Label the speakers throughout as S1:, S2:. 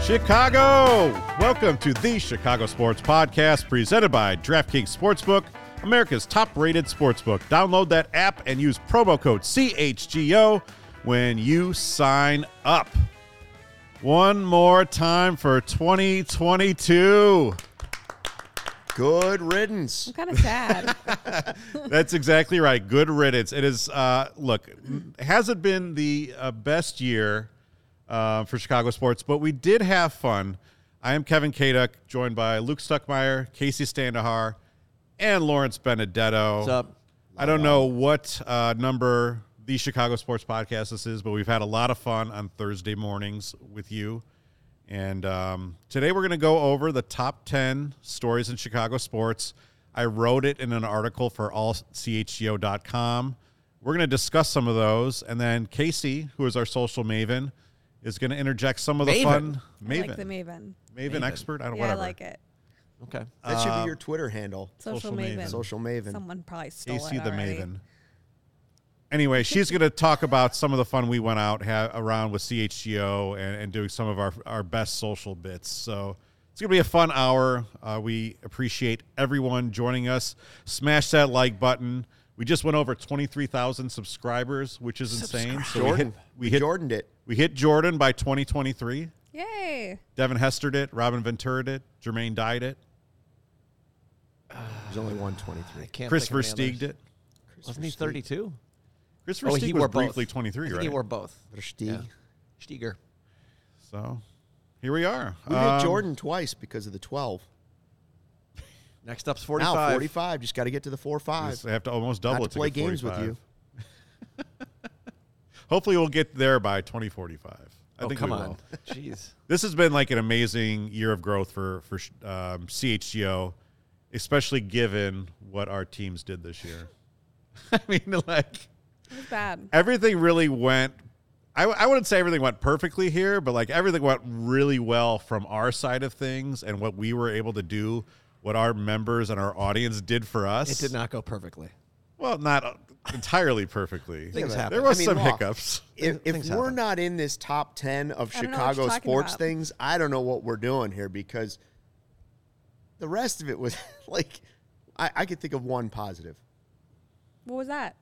S1: Chicago! Welcome to the Chicago Sports Podcast presented by DraftKings Sportsbook, America's top rated sportsbook. Download that app and use promo code CHGO when you sign up. One more time for 2022.
S2: Good riddance.
S3: I'm kind of sad.
S1: That's exactly right. Good riddance. It is. Uh, look, has it been the uh, best year uh, for Chicago sports? But we did have fun. I am Kevin Kaduk, joined by Luke Stuckmeyer, Casey Standahar, and Lawrence Benedetto.
S2: What's up?
S1: I don't know what uh, number the Chicago Sports Podcast this is, but we've had a lot of fun on Thursday mornings with you. And um, today we're going to go over the top 10 stories in Chicago sports. I wrote it in an article for allchgo.com. We're going to discuss some of those. And then Casey, who is our social maven, is going to interject some of the
S2: Maven.
S1: fun.
S3: I
S1: Maven.
S3: like the Maven.
S1: maven.
S2: Maven.
S1: expert? I don't
S3: Yeah,
S1: whatever.
S3: I like it.
S2: Okay. That should be your Twitter handle.
S3: Social,
S1: Uh, Social
S3: Maven.
S1: Maven.
S2: Social Maven.
S3: Someone probably stole
S1: Casey
S3: it
S1: the
S3: already.
S1: Maven. Anyway, she's going to talk about some of the fun we went out ha- around with CHGO and, and doing some of our, our best social bits. So it's going to be a fun hour. Uh, we appreciate everyone joining us. Smash that like button. We just went over 23,000 subscribers, which is insane. So we hit,
S2: Jordan.
S1: we, hit,
S2: Jordaned it.
S1: we hit Jordan by 2023.
S3: Yay!
S1: Devin Hester did, Robin Ventura did, Jermaine Dyed it,
S2: There's only 123.
S4: Can't
S1: Christopher
S4: think of any
S1: Stieg
S4: others. Oh,
S1: did.
S4: Wasn't he
S2: Oh,
S4: 32?
S1: Christopher Stieg was briefly 23,
S4: I think
S1: right?
S4: He wore both.
S2: Stieg.
S4: Steger.
S1: So here we are.
S2: We
S1: Um,
S2: hit Jordan twice because of the 12.
S4: Next up's
S2: Now
S4: 45.
S2: 45. Just got to get to the four
S1: I
S2: five.
S1: just have to almost double
S2: Not
S1: it
S2: to play
S1: get
S2: games with
S1: 45.
S2: you.
S1: Hopefully, we'll get there by 2045. I
S4: Oh,
S1: think
S4: come
S1: we
S4: on.
S1: will.
S4: Jeez.
S1: This has been like an amazing year of growth for for um, CHGO, especially given what our teams did this year. I mean, like
S3: It was bad.
S1: everything really went. I, I wouldn't say everything went perfectly here, but like everything went really well from our side of things and what we were able to do, what our members and our audience did for us.
S4: It did not go perfectly.
S1: Well, not uh, entirely perfectly.
S4: Things happen.
S1: There was
S2: I mean,
S1: some
S2: look,
S1: hiccups.
S2: If, if
S4: Things
S2: we're
S4: happen.
S2: not in this top 10 of
S3: I don't know what
S2: Chicago
S3: you're talking
S2: sports
S3: about.
S2: things, I don't know what we're doing here because the rest of it was like, I, I could think of one positive.
S3: What was that?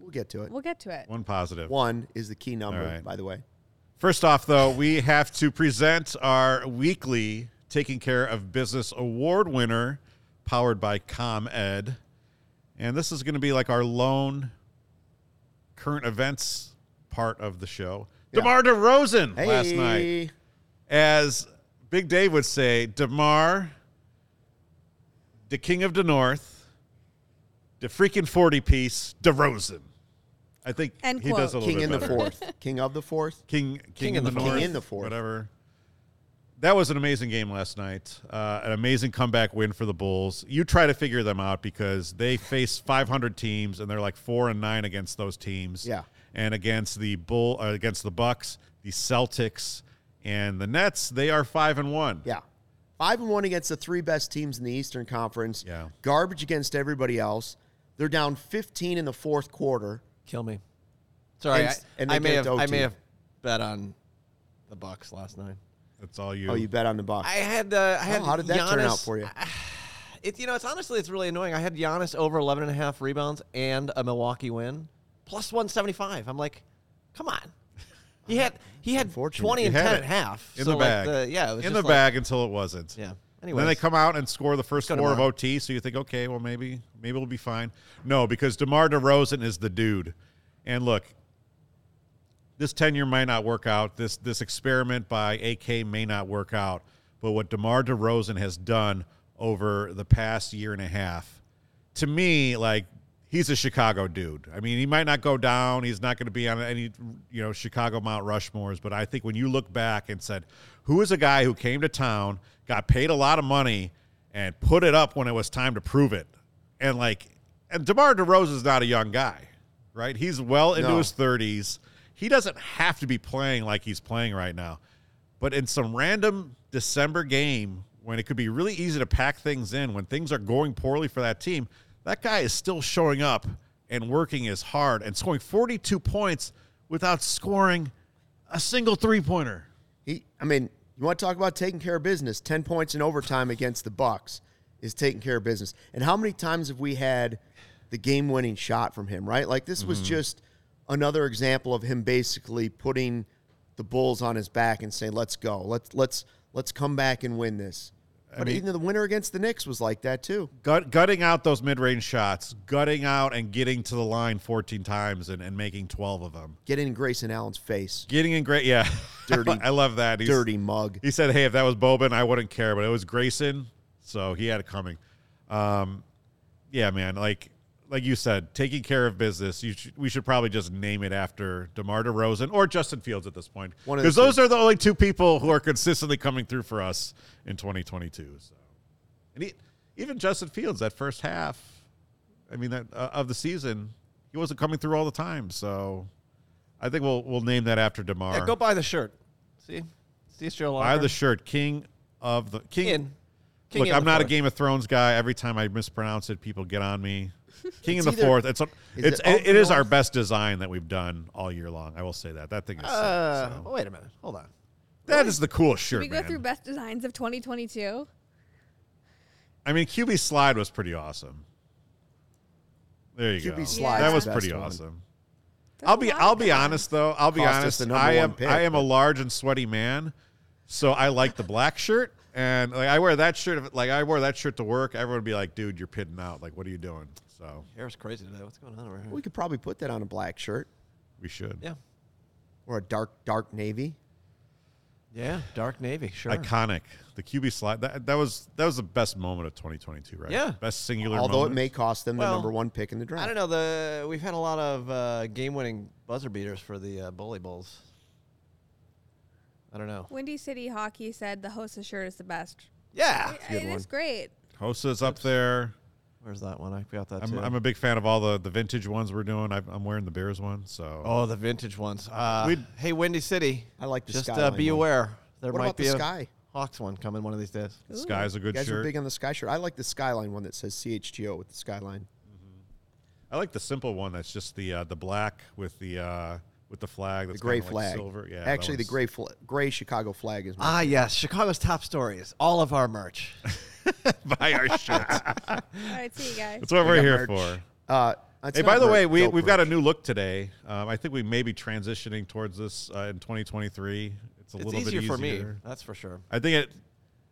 S2: We'll get to it.
S3: We'll get to it.
S1: One positive.
S2: One is the key number,
S1: All right.
S2: by the way.
S1: First off, though, we have to present our weekly Taking Care of Business Award winner, powered by ComEd. And this is going to be like our lone current events part of the show.
S2: Yeah.
S1: DeMar DeRozan last
S2: Hey.
S1: night. As Big Dave would say, DeMar, the king of the north, the freaking 40 piece, DeRozan. I think
S3: End
S1: he
S3: quote.
S1: does a little
S2: King
S1: bit
S2: in the
S1: better.
S2: fourth. King of the fourth.
S1: King, King, in the,
S4: in the
S1: North.
S2: King in the fourth.
S1: Whatever. That was an amazing game last night. Uh, an amazing comeback win for the Bulls. You try to figure them out because they face 500 teams and they're like four and nine against those teams.
S2: Yeah.
S1: And against the Bull, uh, against the Bucks, the Celtics, and the Nets, they are five and one.
S2: Yeah. Five and one against the three best teams in the Eastern Conference.
S1: Yeah.
S2: Garbage against everybody else. They're down 15 in the fourth quarter.
S4: Kill me. Sorry.
S2: And-
S4: I,
S2: and they
S4: I, may
S2: get
S4: have, I
S2: OT.
S4: may have bet on the Bucks last night.
S1: That's all you.
S2: Oh, you bet on the Bucks.
S4: I had uh, I had
S2: Oh, how did that
S4: Giannis,
S2: turn out for you?
S4: It's you know it's honestly it's really annoying. I had Giannis over 11 and a half rebounds and a Milwaukee win plus 175. I'm like, come on. He had he had
S2: Unfortunate.
S4: 20
S1: You
S4: and
S1: had
S4: 10
S1: it
S4: and a half
S1: in
S4: so
S1: the
S4: like
S1: bag.
S4: the- yeah, it was
S1: in
S4: just
S1: the
S4: like-
S1: bag until it wasn't.
S4: Yeah. Anyways,
S1: then they come out and score the first
S4: go
S1: four of
S4: DeMar.
S1: OT, so you think, okay, well maybe maybe we'll be fine. No, because DeMar DeRozan is the dude. And look, this tenure might not work out. This this experiment by AK may not work out. But what DeMar DeRozan has done over the past year and a half, to me, like he's a Chicago dude. I mean, he might not go down. He's not going to be on any you know Chicago Mount Rushmores. But I think when you look back and said, who is a guy who came to town, got paid a lot of money, and put it up when it was time to prove it, and like, and DeMar DeRozan's not a young guy, right? He's well into
S2: No.
S1: his 30s. He doesn't have to be playing like he's playing right now. But in some random December game when it could be really easy to pack things in, when things are going poorly for that team, that guy is still showing up and working as hard and scoring 42 points without scoring a single three pointer.
S2: He, I mean, you want to talk about taking care of business? Ten points in overtime against the Bucks is taking care of business. And how many times have we had the game-winning shot from him? Right, like this was just another example of him basically putting the Bulls on his back and saying, "Let's go, let's let's let's come back and win this." But
S1: mean-
S2: even the winner against the Knicks was like that too.
S1: Gut, gutting out those mid range shots, gutting out and getting to the line 14 times and, and making 12 of them.
S2: Get in Grayson Allen's face,
S1: Getting in great, yeah.
S2: Dirty-
S1: I love that. He's-
S2: dirty mug.
S1: He said, "Hey, if that was Bobin, I wouldn't care, but it was Grayson, so he had it coming." Um, yeah, man. Like, like you said, taking care of business. You should, we should probably just name it after Demar Derozan or Justin Fields at this point,
S2: One of the
S1: because those are the only two people who are consistently coming through for us in 2022. So, and he, even Justin Fields, that first half, I mean, that uh, of the season, he wasn't coming through all the time. So, I think we'll we'll name that after Demar.
S4: yeah, go buy the shirt. See, see it's your
S1: Buy
S4: locker.
S1: the shirt, King of the King.
S4: in. King
S1: Look,
S4: in
S1: I'm
S4: the
S1: not a
S4: fourth.
S1: Game of Thrones guy. Every time I mispronounce it, people get on me. King in
S2: It's
S1: the
S2: either-
S1: fourth. It's a,
S2: is
S1: it's
S2: it up
S1: it, it is our
S2: north?
S1: best design that we've done all year long. I will say that that thing is sick,
S4: Uh,
S1: so.
S4: wait a minute. Hold on.
S1: that is the coolest shirt.
S3: we go
S1: man.
S3: through best designs of 2022.
S1: I mean, QB slide was pretty awesome. There you
S2: QB
S1: go.
S2: Slide's
S1: that
S3: the
S1: was
S2: best
S1: pretty
S2: one.
S1: awesome.
S3: There's
S1: I'll
S3: a
S1: be
S3: lot
S1: I'll
S3: of
S1: be
S3: good ones.
S1: honest though. I'll be
S2: Cost us
S1: honest.
S2: the number
S1: I am
S2: one pick,
S1: I am a
S2: but-
S1: large and sweaty man, so I like the black shirt and like I wear that shirt. if- Like I wore that shirt to work. Everyone would be like, "Dude, you're pitting out. Like, what are you doing?" So
S4: Hair's crazy today. What's going on over here?
S2: We could probably put that on a black shirt
S1: we should.
S4: yeah.
S2: or a dark dark navy.
S4: Yeah. Dark navy. Sure.
S1: Iconic. The QB slide. That, that was that was the best moment of 2022, right?
S4: Yeah.
S1: Best singular.
S2: Although
S1: moment.
S2: it may cost them
S4: Well,
S2: the number one pick in the draft.
S4: I don't know. The we've had a lot of uh, game-winning buzzer beaters for the uh, bully bulls. I don't know.
S3: Windy City Hockey said the Hosa shirt is the best.
S4: Yeah.
S3: It is great.
S1: Hosa's up there.
S4: Where's that one? I forgot that
S1: I'm,
S4: too.
S1: I'm a big fan of all the, the vintage ones we're doing. I've, I'm wearing the Bears one, so
S4: oh, the vintage ones. Uh,
S1: We'd-
S4: hey, Windy City.
S2: I like the
S4: Just uh,
S2: skyline
S4: be
S2: one.
S4: aware. There
S2: What
S4: might
S2: about
S4: be
S2: the
S4: a
S2: sky?
S4: Hawks one coming one of these days.
S1: Sky's a
S2: You
S1: good
S2: guys are
S1: shirt.
S2: big on the sky shirt. I like the skyline one that says CHGO with the skyline.
S1: I like the simple one. That's just the uh, the black with the uh, with the flag.
S2: The
S1: That's
S2: gray
S1: kinda like
S2: flag.
S1: silver. Yeah, that
S2: Actually, the
S1: one's-
S2: gray fl- gray Chicago flag is. My
S4: Ah, yes. Chicago's top stories. All of our merch.
S1: Buy our shirts.
S3: All right, see you guys.
S1: That's what we're
S2: got
S1: here
S2: merch.
S1: for.
S2: Uh, it's
S1: Hey,
S2: not
S1: by the
S2: merch,
S1: way, we,
S2: dope
S1: we've got a
S2: merch.
S1: new look today. Um, I think we may be transitioning towards this uh, in 2023. It's a
S4: it's
S1: little
S4: easier,
S1: bit easier
S4: for me. That's for sure.
S1: I think it.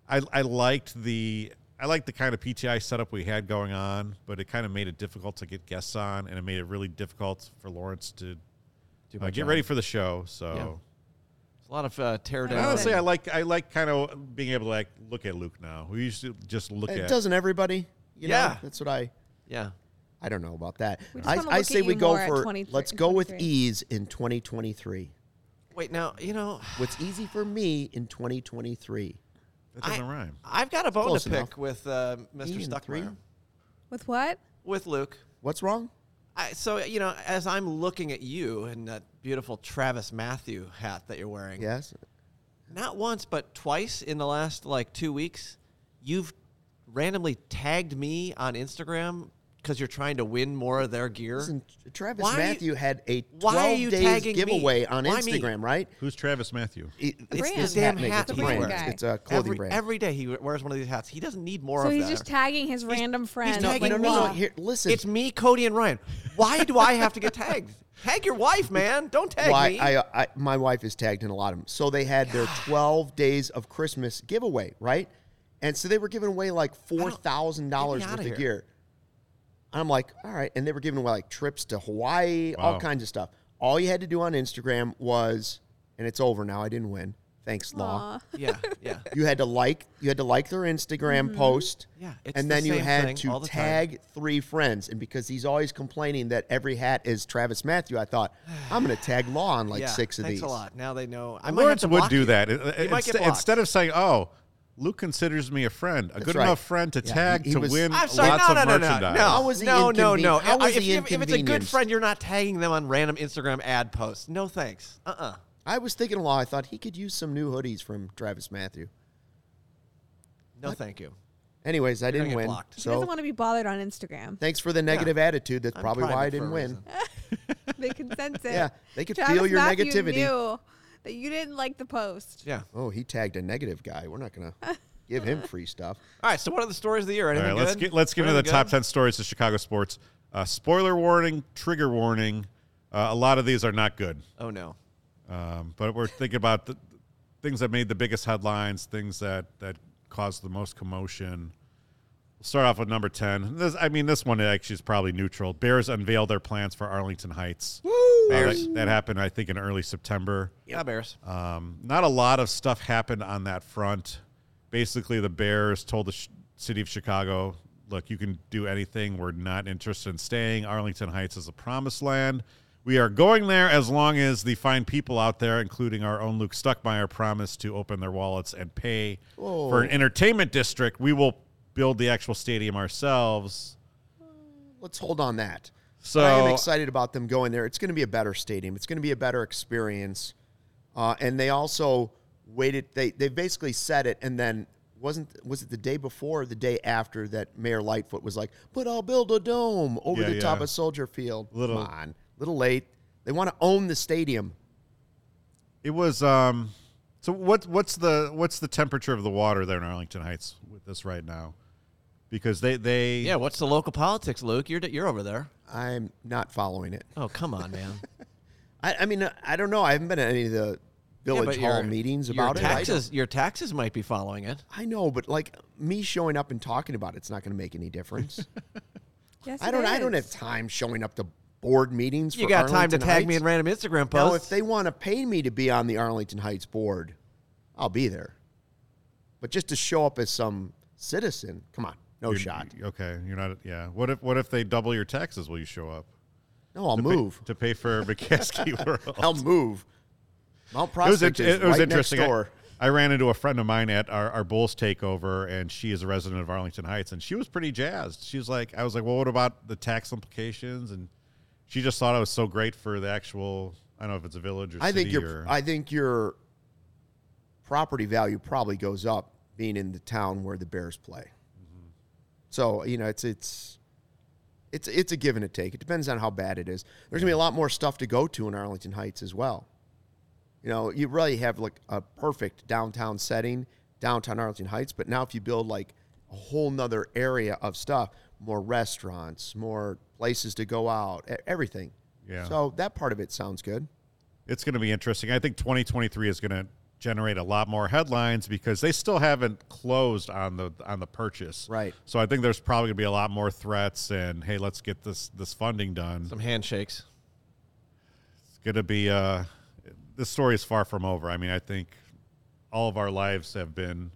S1: I I liked the I liked the kind of PTI setup we had going on, but it kind of made it difficult to get guests on, and it made it really difficult for Lawrence to
S4: Do
S1: uh,
S4: my
S1: get
S4: job.
S1: ready for the show. So.
S4: It's a lot of uh, tear
S1: And
S4: down.
S1: honestly, I like I like kind of being able to like look at Luke now. We used to just look
S2: It
S1: at.
S2: doesn't everybody. You know?
S4: Yeah.
S2: that's what I.
S4: yeah.
S2: I don't know about that.
S3: We just
S2: I,
S3: wanna
S2: I
S3: look
S2: say
S3: at
S2: we
S3: you
S2: go
S3: more at
S2: for
S3: 23
S2: let's go with
S3: 23.
S2: ease in 2023.
S4: Wait, now, you know,
S2: What's easy for me in 2023?
S1: that doesn't
S4: I,
S1: rhyme.
S4: I've got a bone
S2: Close
S4: to pick
S2: enough.
S4: with uh, Mr.
S2: Ian, three?
S4: Stuckmeyer.
S3: With what?
S4: With Luke.
S2: What's wrong?
S4: I, so you know, as I'm looking at you in that beautiful Travis Matthew hat that you're wearing,
S2: Yes,
S4: not once but twice in the last like two weeks, you've randomly tagged me on Instagram because you're trying to win more of their gear.
S2: Listen, Travis
S4: Why are you-
S2: Matthew had a
S4: why are
S2: 12
S4: you
S2: days
S4: tagging me?
S2: giveaway on
S4: Why me?
S2: Instagram, right?
S1: Who's Travis Matthew?
S2: It- it's
S3: brand.
S2: this hat
S4: Damn
S2: maker.
S4: hat
S2: It's a
S3: he's
S2: brand.
S3: wearing.
S2: It's a clothing
S4: every,
S2: brand.
S4: every day he wears one of these hats. He doesn't need more
S3: So
S4: of
S3: he's
S4: that.
S3: just tagging his random friends.
S4: He's tagging
S3: like,
S2: no,
S4: me.
S2: no, no,
S3: "Look."
S2: here- listen.
S4: It's me, Cody, and Ryan. Why do I have to get tagged? Tag your wife, man. Don't tag
S2: Why
S4: me.
S2: I, I my wife is tagged in a lot of them. So they had their 12 days of Christmas giveaway, right? And so they were giving away like four thousand dollars
S4: Get me
S2: worth
S4: outta
S2: of
S4: here.
S2: gear. And I'm like, all right. And they were giving away like trips to Hawaii, all
S1: Wow.
S2: kinds of stuff. All you had to do on Instagram was, and it's over now. I didn't win. Thanks, law.
S3: Aw.
S4: Yeah, yeah.
S2: You had to like you had to like their Instagram post.
S4: Mm-hmm. Yeah, it's
S2: and
S4: the
S2: then you
S4: same
S2: had
S4: thing all
S2: to
S4: the time.
S2: tag three friends. And because he's always complaining that every hat is Travis Matthew, I thought I'm going to tag Law on like
S4: yeah.
S2: six of
S4: Thanks
S2: these.
S4: a lot. Now they know. I might have
S1: Lawrence
S4: to
S1: would
S4: block
S1: do
S4: you.
S1: that.
S4: You
S1: It- it-
S4: might get
S1: inst-
S4: blocked.
S1: instead of saying, "Oh, Luke considers me a friend, a good
S2: right.
S1: enough friend to
S2: Yeah,
S1: tag
S2: he- he
S1: to
S2: was-
S1: win
S4: I'm sorry.
S1: lots
S4: no,
S1: of
S4: no, no, no,
S1: merchandise."
S4: no.
S2: How is he
S4: no, no,
S2: inconven-
S4: no.
S2: how is
S4: if,
S2: he
S4: you- if it's a good
S2: inconvenienced?
S4: friend, you're not tagging them on random Instagram ad posts. No thanks. Uh uh
S2: I was thinking a lot. I thought he could use some new hoodies from Travis Matthew.
S4: No, thank you.
S2: Anyways, I didn't
S4: get
S2: win.
S4: blocked. He
S3: She doesn't
S2: So
S3: want to be bothered on Instagram.
S2: thanks for the negative attitude. That's
S4: I'm
S2: probably why I
S4: private for
S2: didn't
S4: a
S2: win.
S4: reason.
S3: They can sense it.
S2: Yeah, they could
S3: Travis
S2: feel your
S3: Matthew
S2: negativity.
S3: Knew that you didn't like the post.
S4: Yeah.
S2: Oh, he tagged a negative guy. We're not gonna give him free stuff.
S4: All right. So, what are the stories of the year?
S1: All
S4: Anything
S1: right, let's
S4: good?
S1: get let's get into
S4: Anything
S1: the top
S4: good?
S1: ten stories of Chicago sports. Uh, spoiler warning, trigger warning. Uh, a lot of these are not good,
S4: Oh no.
S1: um, but we're thinking about the things that made the biggest headlines, things that that caused the most commotion. We'll start off with number ten. This, I mean, this one actually is probably neutral. Bears unveil their plans for Arlington Heights. Uh,
S4: Bears.
S1: that, that happened, I think, in early September.
S4: Yeah, Bears.
S2: Uh,
S1: Um, not a lot of stuff happened on that front. Basically, the Bears told the sh- city of Chicago, look, you can do anything. We're not interested in staying. Arlington Heights is a promised land. We are going there as long as the fine people out there, including our own Luke Stuckmeyer, promise to open their wallets and pay for an entertainment district. We will build the actual stadium ourselves.
S2: Let's hold on that.
S1: So
S2: I am excited about them going there. It's going to be a better stadium. It's going to be a better experience. Uh, and they also waited. They they basically said it, and then wasn't was it the day before or the day after that Mayor Lightfoot was like, "But I'll build a dome over
S1: Yeah,
S2: the top
S1: yeah.
S2: of Soldier Field."
S1: Little-
S2: Come on, little late. They want to own the stadium.
S1: It was. Um, so what? What's the what's the temperature of the water there in Arlington Heights with this right now? Because they they
S4: Yeah. What's the local politics, Luke? You're you're over there.
S2: I'm not following it.
S4: Oh, come on, man.
S2: I, I mean, I don't know. I haven't been at any of the
S4: Yeah,
S2: village
S4: but
S2: hall
S4: your-
S2: meetings
S4: your
S2: about it. I don't-
S4: Taxes, your taxes might be following it.
S2: I know, but like me showing up and talking about it's not going to make any difference.
S3: Yes,
S2: I
S3: it
S2: don't. I don't
S3: is.
S2: have time showing up to board meetings.
S4: You
S2: for
S4: got time to
S2: Arlington
S4: tag me
S2: Heights.
S4: in random Instagram
S2: Now, if
S4: posts.
S2: they want to pay me to be on the Arlington Heights board, I'll be there. But just to show up as some citizen, come on, no
S1: you're-
S2: shot.
S1: Okay, you're not. Yeah. What if what if they double your taxes? Will you show up?
S2: No, I'll
S1: To pay-
S2: move.
S1: to pay for McCaskey World.
S2: I'll move. Mount
S1: it was,
S2: Prospect
S1: it,
S2: is
S1: it was
S2: right
S1: interesting. I-
S2: next door.
S1: I, ran into a friend of mine at our, our Bulls takeover, and she is a resident of Arlington Heights, and she was pretty jazzed. She was like, I was like, well, what about the tax implications? And she just thought I was so great for the actual. I don't know if it's a village or
S2: I
S1: city
S2: think your
S1: or
S2: I think your property value probably goes up being in the town where the Bears play.
S1: Mm-hmm.
S2: So you know it's it's it's it's a give and a take. It depends on how bad it is. There's gonna be a lot more stuff to go to in Arlington Heights as well. You know, you really have like a perfect downtown setting, downtown Arlington Heights. But now if you build like a whole nother area of stuff, more restaurants, more places to go out, e- everything.
S1: Yeah.
S2: So that part of it sounds good.
S1: it's going to be interesting. I think 2023 is going to generate a lot more headlines because they still haven't closed on the on the purchase.
S2: Right.
S1: So I think there's probably going to be a lot more threats and hey, let's get this this funding done.
S4: Some handshakes.
S1: It's going to be uh this story is far from over. I mean, I think all of our lives have been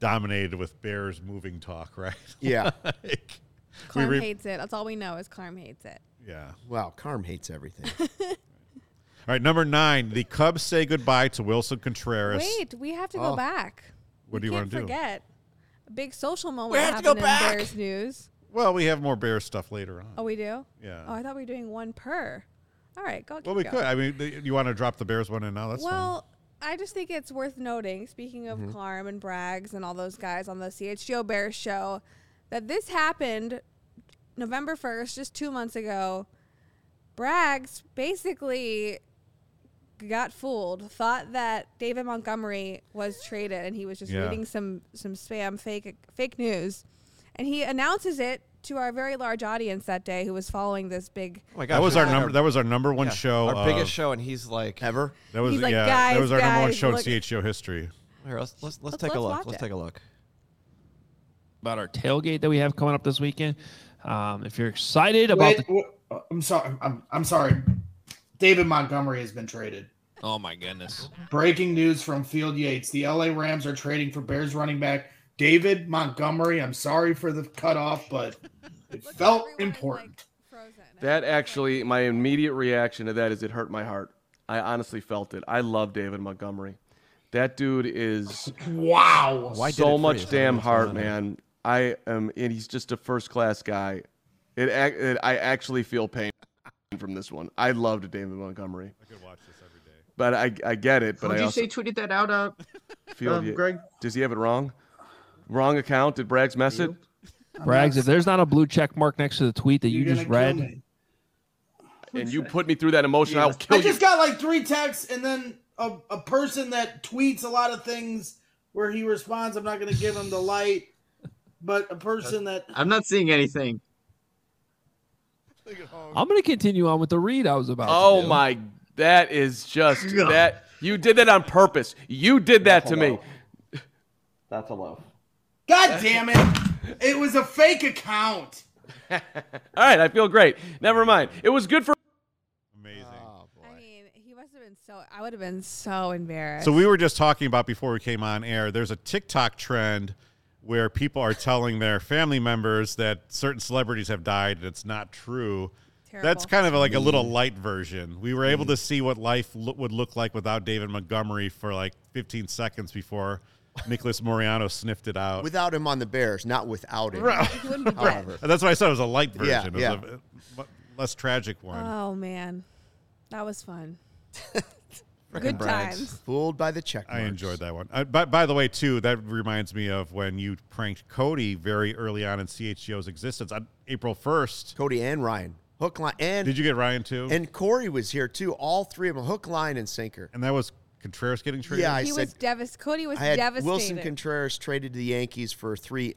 S1: dominated with bears moving talk, right?
S2: Yeah.
S1: like, we
S3: Carm
S1: re-
S3: hates it. That's all we know is Carm hates it.
S1: yeah.
S2: Wow, Carm hates everything.
S1: All right, number 9, the Cubs say goodbye to Wilson Contreras.
S3: Wait, we have to go
S2: Oh.
S3: back.
S1: What do
S3: We
S1: you
S3: can't
S1: wanna do?
S3: Forget a big social moment
S4: We have to
S3: happened
S4: go
S3: in
S4: back.
S3: Bears news.
S1: Well, we have more bear stuff later on.
S3: Oh, we do.
S1: Yeah.
S3: Oh, I thought we were doing one per. All right, go.
S1: Well,
S3: keep
S1: we
S3: going.
S1: could. I mean, th- you want to drop the Bears one in now? That's fine. Mm-hmm.
S3: Well, I just think it's worth noting, speaking of Carm and Braggs and all those guys on the CHGO Bears show, that this happened November 1st, just two months ago. Braggs basically got fooled, thought that David Montgomery was traded, and he was just
S1: Yeah.
S3: reading some, some spam fake, fake news. And he announces it to our very large audience that day who was following this big
S4: Oh my gosh.
S1: That was
S4: we're
S1: our
S4: doing
S1: number. That was our number one
S4: yeah,
S1: show.
S4: Our
S1: of-
S4: biggest show, and he's like,
S2: Ever?
S1: That was
S3: He's like,
S1: yeah. that
S3: "Guys,
S1: was our number one
S3: guys,
S1: show in
S3: look-
S1: CHO history.
S4: Here, let's let's, let's
S3: Let's-
S4: take a
S3: let's
S4: look.
S3: watch
S4: Let's
S3: it.
S4: take a look.
S5: about our tailgate that we have coming up this weekend. Um, if you're excited about the,
S6: Wait, wh- I'm sorry. I'm, I'm sorry. David Montgomery has been traded.
S5: oh my goodness,
S6: Breaking news from Field Yates: The LA Rams are trading for Bears running back David Montgomery. I'm sorry for the cutoff, but it
S3: Look,
S6: felt
S3: everyone is, like,
S6: important.
S3: frozen.
S7: That actually, my immediate reaction to that is it hurt my heart. I honestly felt it. I love David Montgomery. That dude is
S6: wow.
S4: Why did it
S7: so
S4: for
S7: much
S4: you?
S7: damn
S4: What's
S7: heart,
S4: going on there?
S7: man. I am, and he's just a first class guy. It, ac- it, I actually feel pain from this one. I loved David Montgomery,
S1: I could watch this every day.
S7: but I, I get it. But
S6: Would
S7: I
S6: you
S7: also
S6: say tweeted that out, uh,
S7: feel
S6: um,
S7: you-
S6: Greg?
S7: Does he have it wrong? Wrong account? Did Braggs mess it?
S5: Brags! If there's not a blue check mark next to the tweet that you
S6: You're
S5: just
S6: gonna kill
S5: read,
S6: me.
S7: And you put me through that emotion, I'll kill
S6: I
S7: you.
S6: just got like three texts, and then a, a person that tweets a lot of things where he responds. I'm not going to give him the light, but a person that
S8: I'm not seeing anything.
S5: I'm going to continue on with the read I was about. to
S7: Oh
S5: do.
S7: my! That is just that you did that on purpose. You did that to me.
S4: That's a low.
S6: God damn it! It was a fake account.
S7: All right, I feel great. Never mind. It was good for.
S1: Amazing.
S3: I mean, he must have been so. I would have been so embarrassed.
S1: So we were just talking about before we came on air. There's a TikTok trend where people are telling their family members that certain celebrities have died, and it's not true. That's
S3: Terrible.
S1: kind of like a little
S4: Mm-hmm.
S1: light version. We were able to see what life lo- would look like without David Montgomery for like 15 seconds before Nicholas Moriano sniffed it out.
S2: Without him on the Bears, not without him.
S3: He wouldn't be dead.
S2: However,
S1: And that's what I said. It was a light version.
S2: Yeah,
S1: it was
S2: yeah.
S1: a- a, less tragic one.
S3: Oh man, that was fun.
S4: Frickin'
S3: Good
S4: Braggs.
S3: times.
S2: fooled by the check.
S1: I
S2: marks.
S1: enjoyed that one. Uh, by, by the way, too, that reminds me of when you pranked Cody very early on in CHGO's existence on April 1st.
S2: Cody and Ryan, hook line, and
S1: Did you get Ryan too?
S2: and Corey was here too. All three of them, hook line and sinker.
S1: And that was Contreras getting traded?
S2: Yeah, I
S3: he was
S2: said
S3: devastated. Cody was
S2: I had
S3: devastated.
S2: Wilson Contreras traded to the Yankees for three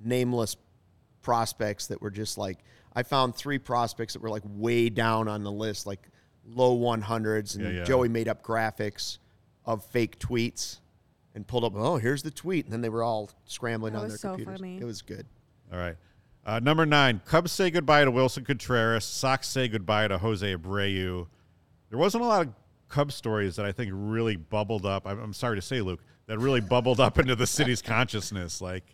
S2: nameless prospects that were just like I found three prospects that were like way down on the list, like low 100s, and
S1: Yeah, yeah.
S2: Joey made up graphics of fake tweets and pulled up. Oh, here's the tweet, and then they were all scrambling
S3: That
S2: on
S3: was
S2: their
S3: so
S2: computers.
S3: funny.
S2: It was good.
S1: All right. Uh, number nine, Cubs say goodbye to Wilson Contreras. Sox say goodbye to Jose Abreu. There wasn't a lot of Cubs stories that I think really bubbled up. I'm, I'm sorry to say, Luke, that really bubbled up into the city's consciousness. Like,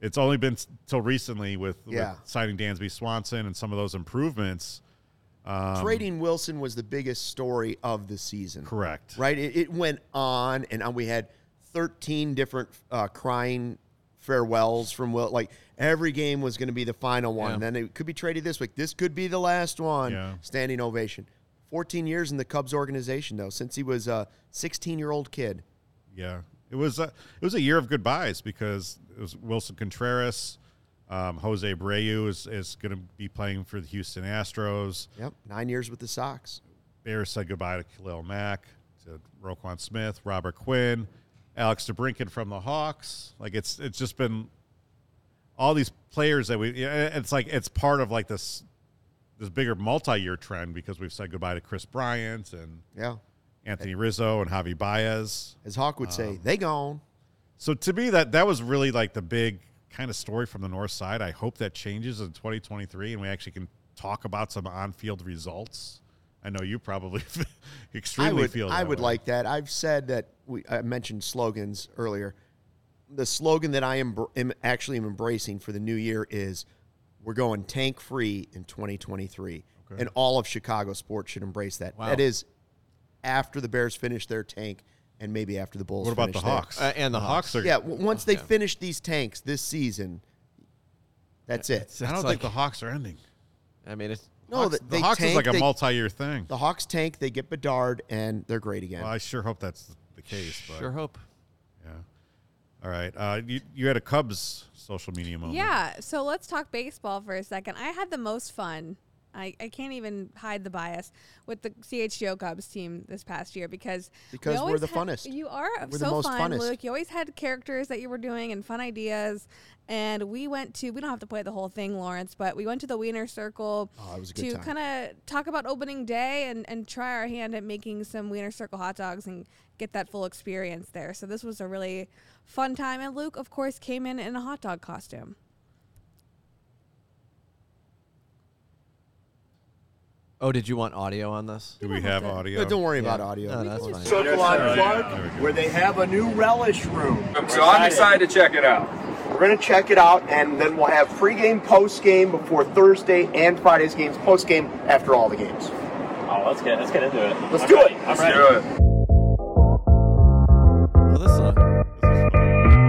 S1: it's only been s- till recently with,
S2: Yeah.
S1: with signing Dansby Swanson and some of those improvements. Um,
S2: Trading Wilson was the biggest story of the season.
S1: Correct.
S2: right? It, it went on and on. We had 13 different uh, crying farewells from Will. Like every game was going to be the final one. And then it could be traded this week. This could be the last one.
S1: Yeah.
S2: Standing ovation. 14 years in the Cubs organization, though, since he was a 16 year old kid.
S1: Yeah, it was a, it was a year of goodbyes because it was Wilson Contreras, um, Jose Abreu is is going to be playing for the Houston Astros.
S2: Yep. Nine years with the Sox.
S1: Bears said goodbye to Khalil Mack, to Roquan Smith, Robert Quinn, Alex DeBrinket from the Hawks. Like it's it's just been all these players that we. yeah, It's like it's part of like this this bigger multi-year trend because we've said goodbye to Chris Bryant and
S2: Yeah.
S1: Anthony Rizzo and Javi Baez.
S2: As Hawk would say, they gone.
S1: So to me, that that was really like the big kind of story from the North Side. I hope that changes in 2023, and we actually can talk about some on-field results. I know you probably
S2: I
S1: extremely
S2: would,
S1: feel.
S2: I
S1: that
S2: would
S1: way.
S2: like that. I've said that we, I mentioned slogans earlier. The slogan that I am, am actually am embracing for the new year is we're going tank free in 2023. And all of Chicago sports should embrace that. That is after the Bears finish their tank and maybe after the Bulls
S1: What about the
S2: finish theirs.
S1: Hawks?
S4: Uh, and the Hawks.
S1: are.
S2: Yeah, w- once they finish these tanks this season, that's
S1: I
S2: it.
S1: don't
S4: It's
S1: think
S4: like-
S1: the Hawks are ending.
S4: I mean, it's
S2: No,
S1: Hawks-
S2: the,
S1: the
S2: they
S1: Hawks
S2: tank,
S1: is like a
S2: they-
S1: multi-year thing.
S2: The Hawks tank, they get Bedard, and they're great again.
S1: Well, I sure hope that's the case. But
S4: sure hope.
S1: yeah. All right. Uh, you you had a Cubs social media moment.
S3: Yeah. So let's talk baseball for a second. I had the most fun. I, I can't even hide the bias with the CHGO Cubs team this past year because we
S2: Because we're
S3: always
S2: the
S3: ha-
S2: funnest.
S3: You are
S2: We're the
S3: so
S2: most
S3: fun,
S2: funnest.
S3: Luke. You always had characters that you were doing and fun ideas. And we went to we don't have to play the whole thing, Lawrence, but we went to the Wiener Circle
S2: Oh, it was a good
S3: to
S2: time.
S3: kind of talk about opening day and and try our hand at making some Wiener Circle hot dogs and get that full experience there. So this was a really fun time. And Luke, of course, came in in a hot dog costume.
S4: Oh, did you want audio on this?
S1: Do we have audio?
S2: But don't worry about audio.
S4: No, that's fine.
S8: Circle on Clark, where they have a new relish room. So I'm excited to check it out. We're going to check it out, and then we'll have pregame, postgame before Thursday and Friday's games, postgame after all the games.
S9: Oh, let's get let's get into it.
S8: Let's do it.
S9: Let's do it.
S4: Oh, this song.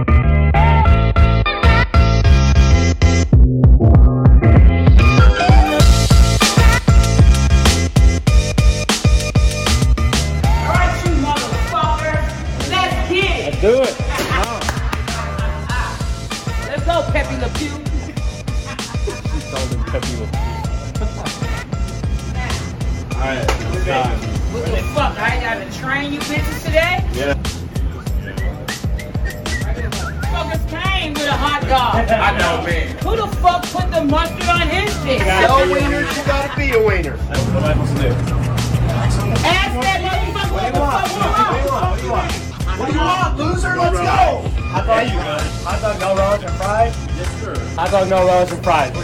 S10: Right, you motherfucker. Let's get it.
S9: Do it.
S10: Let's go, Peppy Le Pew.
S9: All right.
S10: What the fuck? I gotta train you bitches today?
S9: Yeah.
S10: Fuckers came with a hot dog.
S9: I know, man.
S10: Who the fuck put the mustard on his dick?
S8: No wieners, you gotta be a wiener.
S10: Ask that motherfucker what the fuck you want.
S9: What do you want?
S6: What do you want, loser? Let's go.
S9: I thought you I thought no rolls and fries. Yes, sir. I thought no rolls and fries.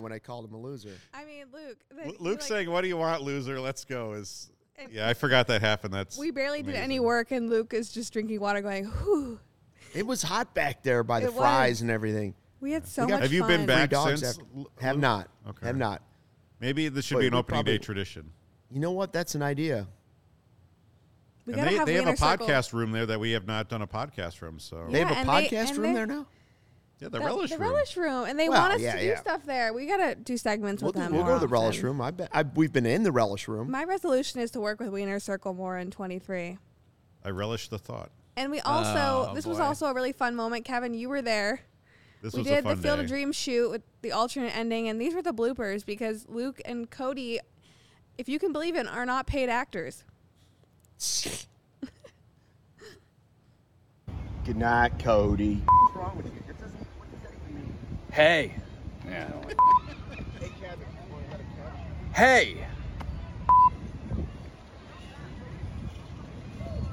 S2: When I called him a loser.
S3: I mean, Luke. that-
S1: Lu-
S3: you,
S1: Luke
S3: like,
S1: saying, "What do you want, loser? Let's go." Is yeah, I forgot that happened. That's
S3: we barely did any
S1: amazing.
S3: work, and Luke is just drinking water, going, "Whew."
S2: It was hot back there by the
S3: It was.
S2: fries and everything.
S3: We had so
S2: We got-
S3: much.
S1: Have you been
S3: fun.
S1: back
S2: dogs
S1: since?
S2: after-
S1: L-
S2: Have
S1: Lou?
S2: not.
S1: Okay.
S2: Have not.
S1: Maybe this should
S2: Wait,
S1: be an
S2: we
S1: opening day
S2: probably-
S1: tradition.
S2: You know what? That's an idea.
S3: We
S1: and
S3: gotta
S1: they
S3: have
S1: they have a
S3: Wiener Circle.
S1: podcast room there that we have not done a podcast from. So
S2: They
S3: Yeah,
S2: have a
S3: and they-
S2: podcast
S3: and
S2: room
S3: they-
S2: there now.
S1: yeah, the,
S3: The,
S1: relish
S3: the
S1: room.
S3: relish room, and they
S2: Well,
S3: want us
S2: yeah,
S3: to do
S2: yeah.
S3: stuff there. We gotta do segments
S2: We'll,
S3: with
S2: do-
S3: them.
S2: we'll
S3: more
S2: go to the relish
S3: often.
S2: room. I bet I, we've been in the relish room.
S3: My resolution is to work with Wiener Circle more in 23.
S1: I relish the thought.
S3: And we also,
S4: Oh,
S3: this was
S4: boy.
S3: also a really fun moment. Kevin, you were there.
S1: This
S3: we
S1: was a
S3: did the
S1: fun
S3: Field
S1: day.
S3: of Dreams shoot with the alternate ending, and these were the bloopers because Luke and Cody, if you can believe it, are not paid actors.
S8: Good night, Cody.
S9: Hey. Yeah. hey.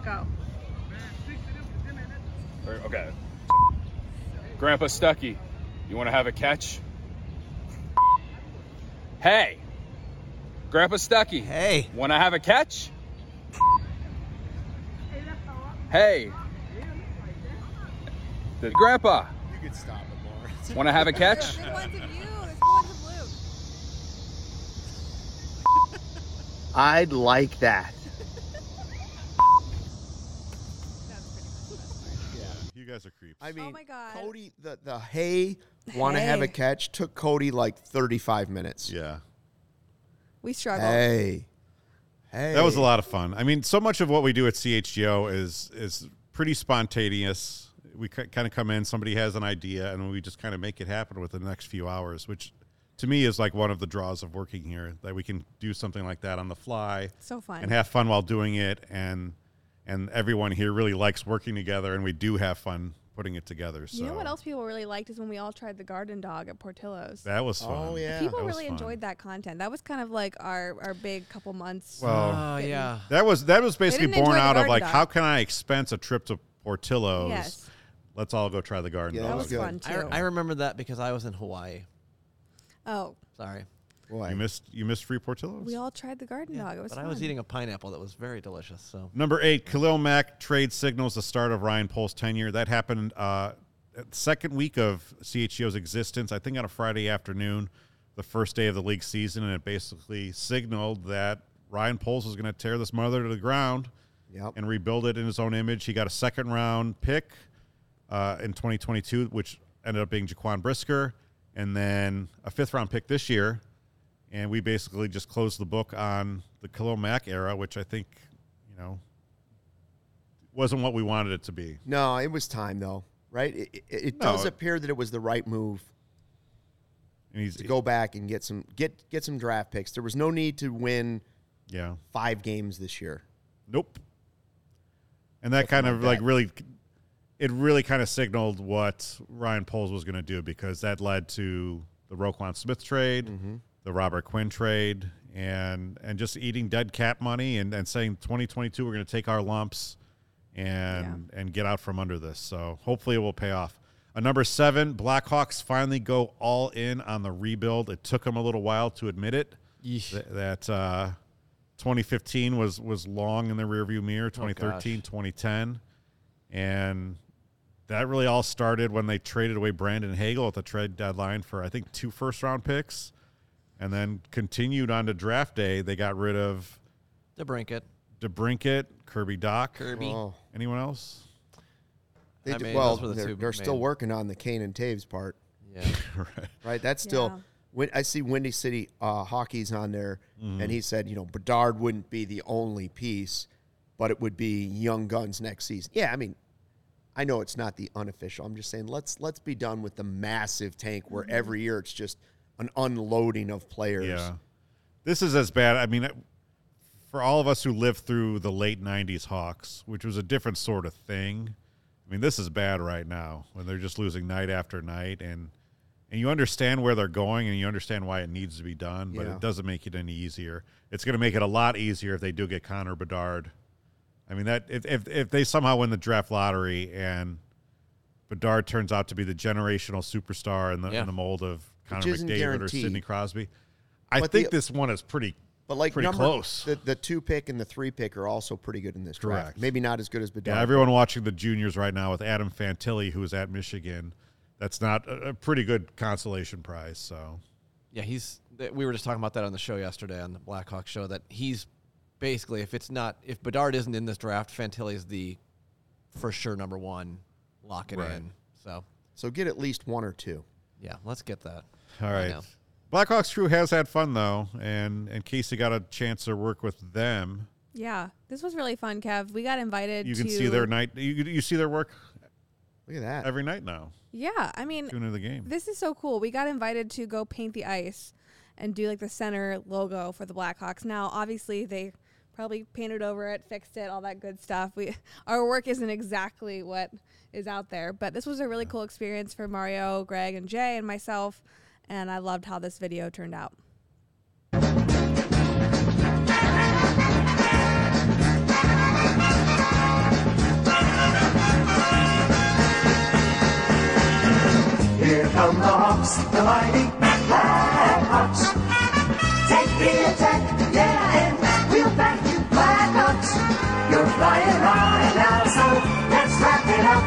S3: Go.
S9: Or- Okay. Grandpa Stucky, you want to have a catch? Hey. Grandpa Stucky,
S4: Hey,
S9: want to have a catch? Hey. Did Grandpa
S2: you could stop it, Lawrence.
S9: want to have a catch?
S3: There's ones of you. There's ones of Luke.
S8: I'd like that.
S1: You guys are creeps.
S2: I mean,
S3: my God.
S2: Cody, the the hey, want to have a
S3: Hey.
S2: catch took Cody like thirty five minutes.
S1: yeah,
S3: We struggled.
S2: Hey, hey,
S1: that was a lot of fun. I mean, so much of what we do at CHGO is is pretty spontaneous. We kind of come in, somebody has an idea, and we just kind of make it happen within the next few hours, which to me is like one of the draws of working here that we can do something like that on the fly.
S3: So fun.
S1: and have fun while doing it and and everyone here really likes working together and we do have fun putting it together so
S3: you know what else people really liked is when we all tried the garden dog at Portillo's.
S1: that was fun
S2: Oh yeah.
S3: people
S1: that was
S3: really
S1: fun.
S3: enjoyed that content. That was kind of like our, our big couple months.
S1: well
S2: Uh,
S4: Oh yeah.
S1: that was that was basically
S3: didn't enjoy
S1: born
S3: the
S1: out of
S3: garden
S1: like
S3: dog.
S1: how can i expense a trip to portillo's
S3: Yes.
S1: let's all go try the garden
S2: Yeah,
S3: that
S1: dog.
S3: was
S2: good.
S3: fun too.
S4: I, I remember that because I was in Hawaii.
S3: oh,
S4: Sorry.
S2: Boy.
S1: you missed you missed free portillo's
S3: we all tried the garden dog. It was
S4: but
S3: fun.
S4: I was eating a pineapple that was very delicious. So
S1: Number eight, Khalil Mack trade signals the start of Ryan Pohl's tenure. That happened uh, at the second week of CHGO's existence, I think on a Friday afternoon, the first day of the league season, and it basically signaled that Ryan Poles was going to tear this mother to the ground
S2: Yep.
S1: and rebuild it in his own image. He got a second round pick uh, in 2022, which ended up being Jaquan Brisker, and then a fifth round pick this year. And we basically just closed the book on the Khalil Mack era, which I think, you know, wasn't what we wanted it to be.
S2: No, it was time though, right? It, it, it
S1: No.
S2: does appear that it was the right move
S1: And he's
S2: to go back and get some get get some draft picks. There was no need to win
S1: yeah,
S2: five games this year.
S1: nope. And that kind of like really, it really kind of signaled what Ryan Poles was going to do because that led to the Roquan Smith trade, the Robert Quinn trade, and and just eating dead cap money and and saying 2022 we're going to take our lumps and and get out from under this. So hopefully it will pay off. Uh, number seven, Blackhawks finally go all in on the rebuild. It took them a little while to admit it. Th- that uh, 2015 was was long in the rearview mirror. 2013, 2010, and that really all started when they traded away Brandon Hagel at the trade deadline for I think two first round picks, and then continued on to draft day. They got rid of
S4: DeBrinket.
S1: DeBrinket, Kirby Doc,
S4: Kirby. Wow.
S1: Anyone else?
S2: They
S4: I
S2: do,
S4: mean,
S2: well,
S4: those were the
S2: they're,
S4: two
S2: they're still
S4: main.
S2: working on the Kane and Taves part.
S4: Yeah.
S1: right.
S2: Right. That's still.
S3: Yeah.
S2: When I see Windy City uh, hockey's on there,
S4: Mm-hmm.
S2: and he said, you know, Bedard wouldn't be the only piece, but it would be young guns next season. Yeah, I mean, I know it's not the unofficial. I'm just saying let's let's be done with the massive tank where every year it's just an unloading of players.
S1: Yeah. This is as bad. I mean, it- for all of us who lived through the late 90s Hawks, which was a different sort of thing, I mean, this is bad right now when they're just losing night after night and and you understand where they're going and you understand why it needs to be done, but
S2: Yeah.
S1: it doesn't make it any easier. It's going to make it a lot easier if they do get Connor Bedard. I mean, that if if, if they somehow win the draft lottery and Bedard turns out to be the generational superstar in the,
S4: Yeah.
S1: in the mold of Connor
S2: isn't
S1: McDavid or
S2: guaranteed.
S1: Sidney Crosby. I
S2: But
S1: think
S2: the-
S1: this one is pretty,
S2: But like
S1: pretty
S2: number,
S1: close.
S2: The, the two pick and the three pick are also pretty good in this draft.
S1: Correct.
S2: Maybe not as good as Bedard.
S1: Yeah, everyone watching the juniors right now with Adam Fantilli, who is at Michigan. That's not a, a pretty good consolation prize. So
S4: Yeah, he's. th- We were just talking about that on the show yesterday on the Blackhawks show that he's basically if it's not if Bedard isn't in this draft, Fantilli is the for sure number one. Lock it
S1: Right.
S4: in. So
S2: So get at least one or two.
S4: yeah, let's get that.
S1: All
S4: I
S1: right.
S4: know.
S1: Blackhawks crew has had fun though, and and Casey got a chance to work with them.
S3: Yeah, this was really fun, Kev. We got invited.
S1: You can
S3: to,
S1: see their night. You you see their work
S2: Look at that.
S1: every night now.
S3: Yeah, I mean,
S1: Tune into the game.
S3: this is so cool. We got invited to go paint the ice and do like the center logo for the Blackhawks. Now, obviously, they probably painted over it, fixed it, all that good stuff. We our work isn't exactly what is out there, but this was a really cool experience for Mario, Greg, and Jay and myself, and I loved how this video turned out.
S10: Here come the Hawks, the mighty Blackhawks. Take the attack, yeah, and we'll back you Blackhawks. You're flying high now, so let's wrap it up.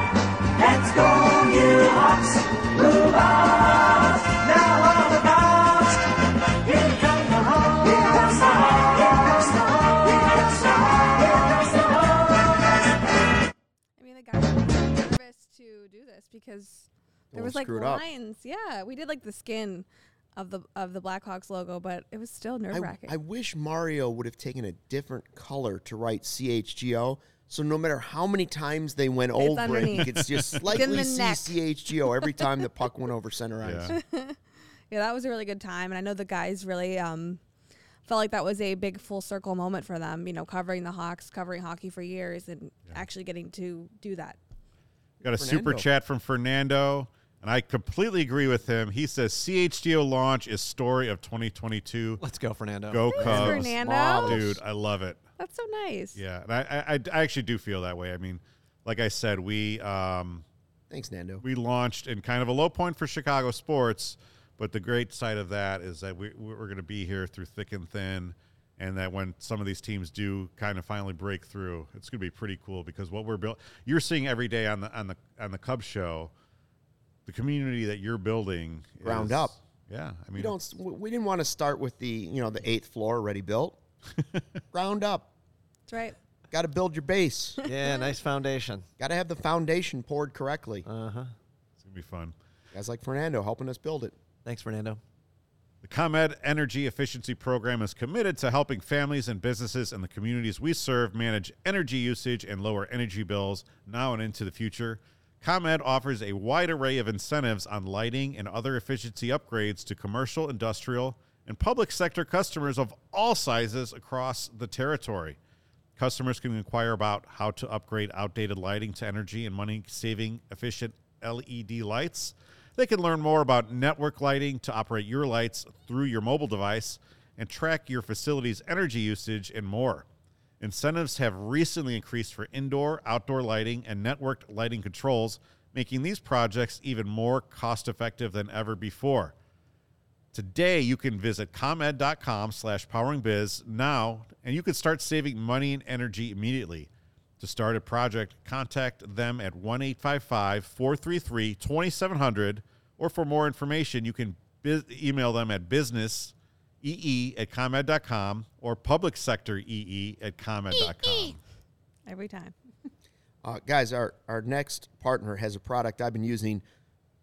S10: Let's go, you Hawks. Move on, now on the bounce. Here come the Hawks. Here comes the Hawks. Here comes the Hawks. Here comes the Hawks. Here comes the Hawks.
S3: I mean, the guys were nervous to do this because there
S2: Don't
S3: was like
S2: screw it up.
S3: lines. Yeah, we did like the skin of the of the Blackhawks logo, but it was still nerve
S2: I,
S3: wracking.
S2: I wish Mario would have taken a different color to write CHGO. So no matter how many times they went over it,
S3: underneath.
S2: you could just
S3: It's in
S2: slightly
S3: the
S2: see
S3: neck.
S2: CHGO every time the puck went over center ice.
S1: Yeah.
S3: Yeah, that was a really good time, and I know the guys really um, felt like that was a big full circle moment for them. You know, covering the Hawks, covering hockey for years, and actually getting to do that.
S1: Got a super
S2: Fernando.
S1: chat from Fernando, and I completely agree with him. He says CHGO launch is story of 2022.
S4: Let's go, Fernando.
S1: Go
S3: Thanks,
S1: Cubs,
S3: Fernando.
S1: dude! I love it.
S3: That's so nice.
S1: Yeah, and I, I- I I actually do feel that way. I mean, like I said, we um
S2: Thanks, Nando.
S1: we launched in kind of a low point for Chicago sports, but the great side of that is that we we're going to be here through thick and thin, and that when some of these teams do kind of finally break through, it's going to be pretty cool because what we're built you're seeing every day on the on the on the Cubs show, the community that you're building is-
S2: Ground up.
S1: Yeah, I mean,
S2: We don't. We didn't want to start with the you know the eighth floor already built. Round up.
S3: That's right.
S2: Got to build your base.
S4: Yeah, nice foundation.
S2: Got to have the foundation poured correctly.
S1: it's going to be fun.
S2: Guys like Fernando helping us build it.
S4: Thanks, Fernando.
S1: The ComEd Energy Efficiency Program is committed to helping families and businesses and the communities we serve manage energy usage and lower energy bills now and into the future. ComEd offers a wide array of incentives on lighting and other efficiency upgrades to commercial, industrial, and public sector customers of all sizes across the territory. Customers can inquire about how to upgrade outdated lighting to energy and money saving efficient LED lights. They can learn more about network lighting to operate your lights through your mobile device and track your facility's energy usage and more. Incentives have recently increased for indoor, outdoor lighting, and networked lighting controls, making these projects even more cost effective than ever before. Today, you can visit comed.com slash poweringbiz now, and you can start saving money and energy immediately. To start a project, contact them at 1 855 433 2700. Or for more information, you can biz- email them at business ee at comed.com or public sector ee at comed.com.
S3: Every time.
S2: Uh, guys, our, our next partner has a product I've been using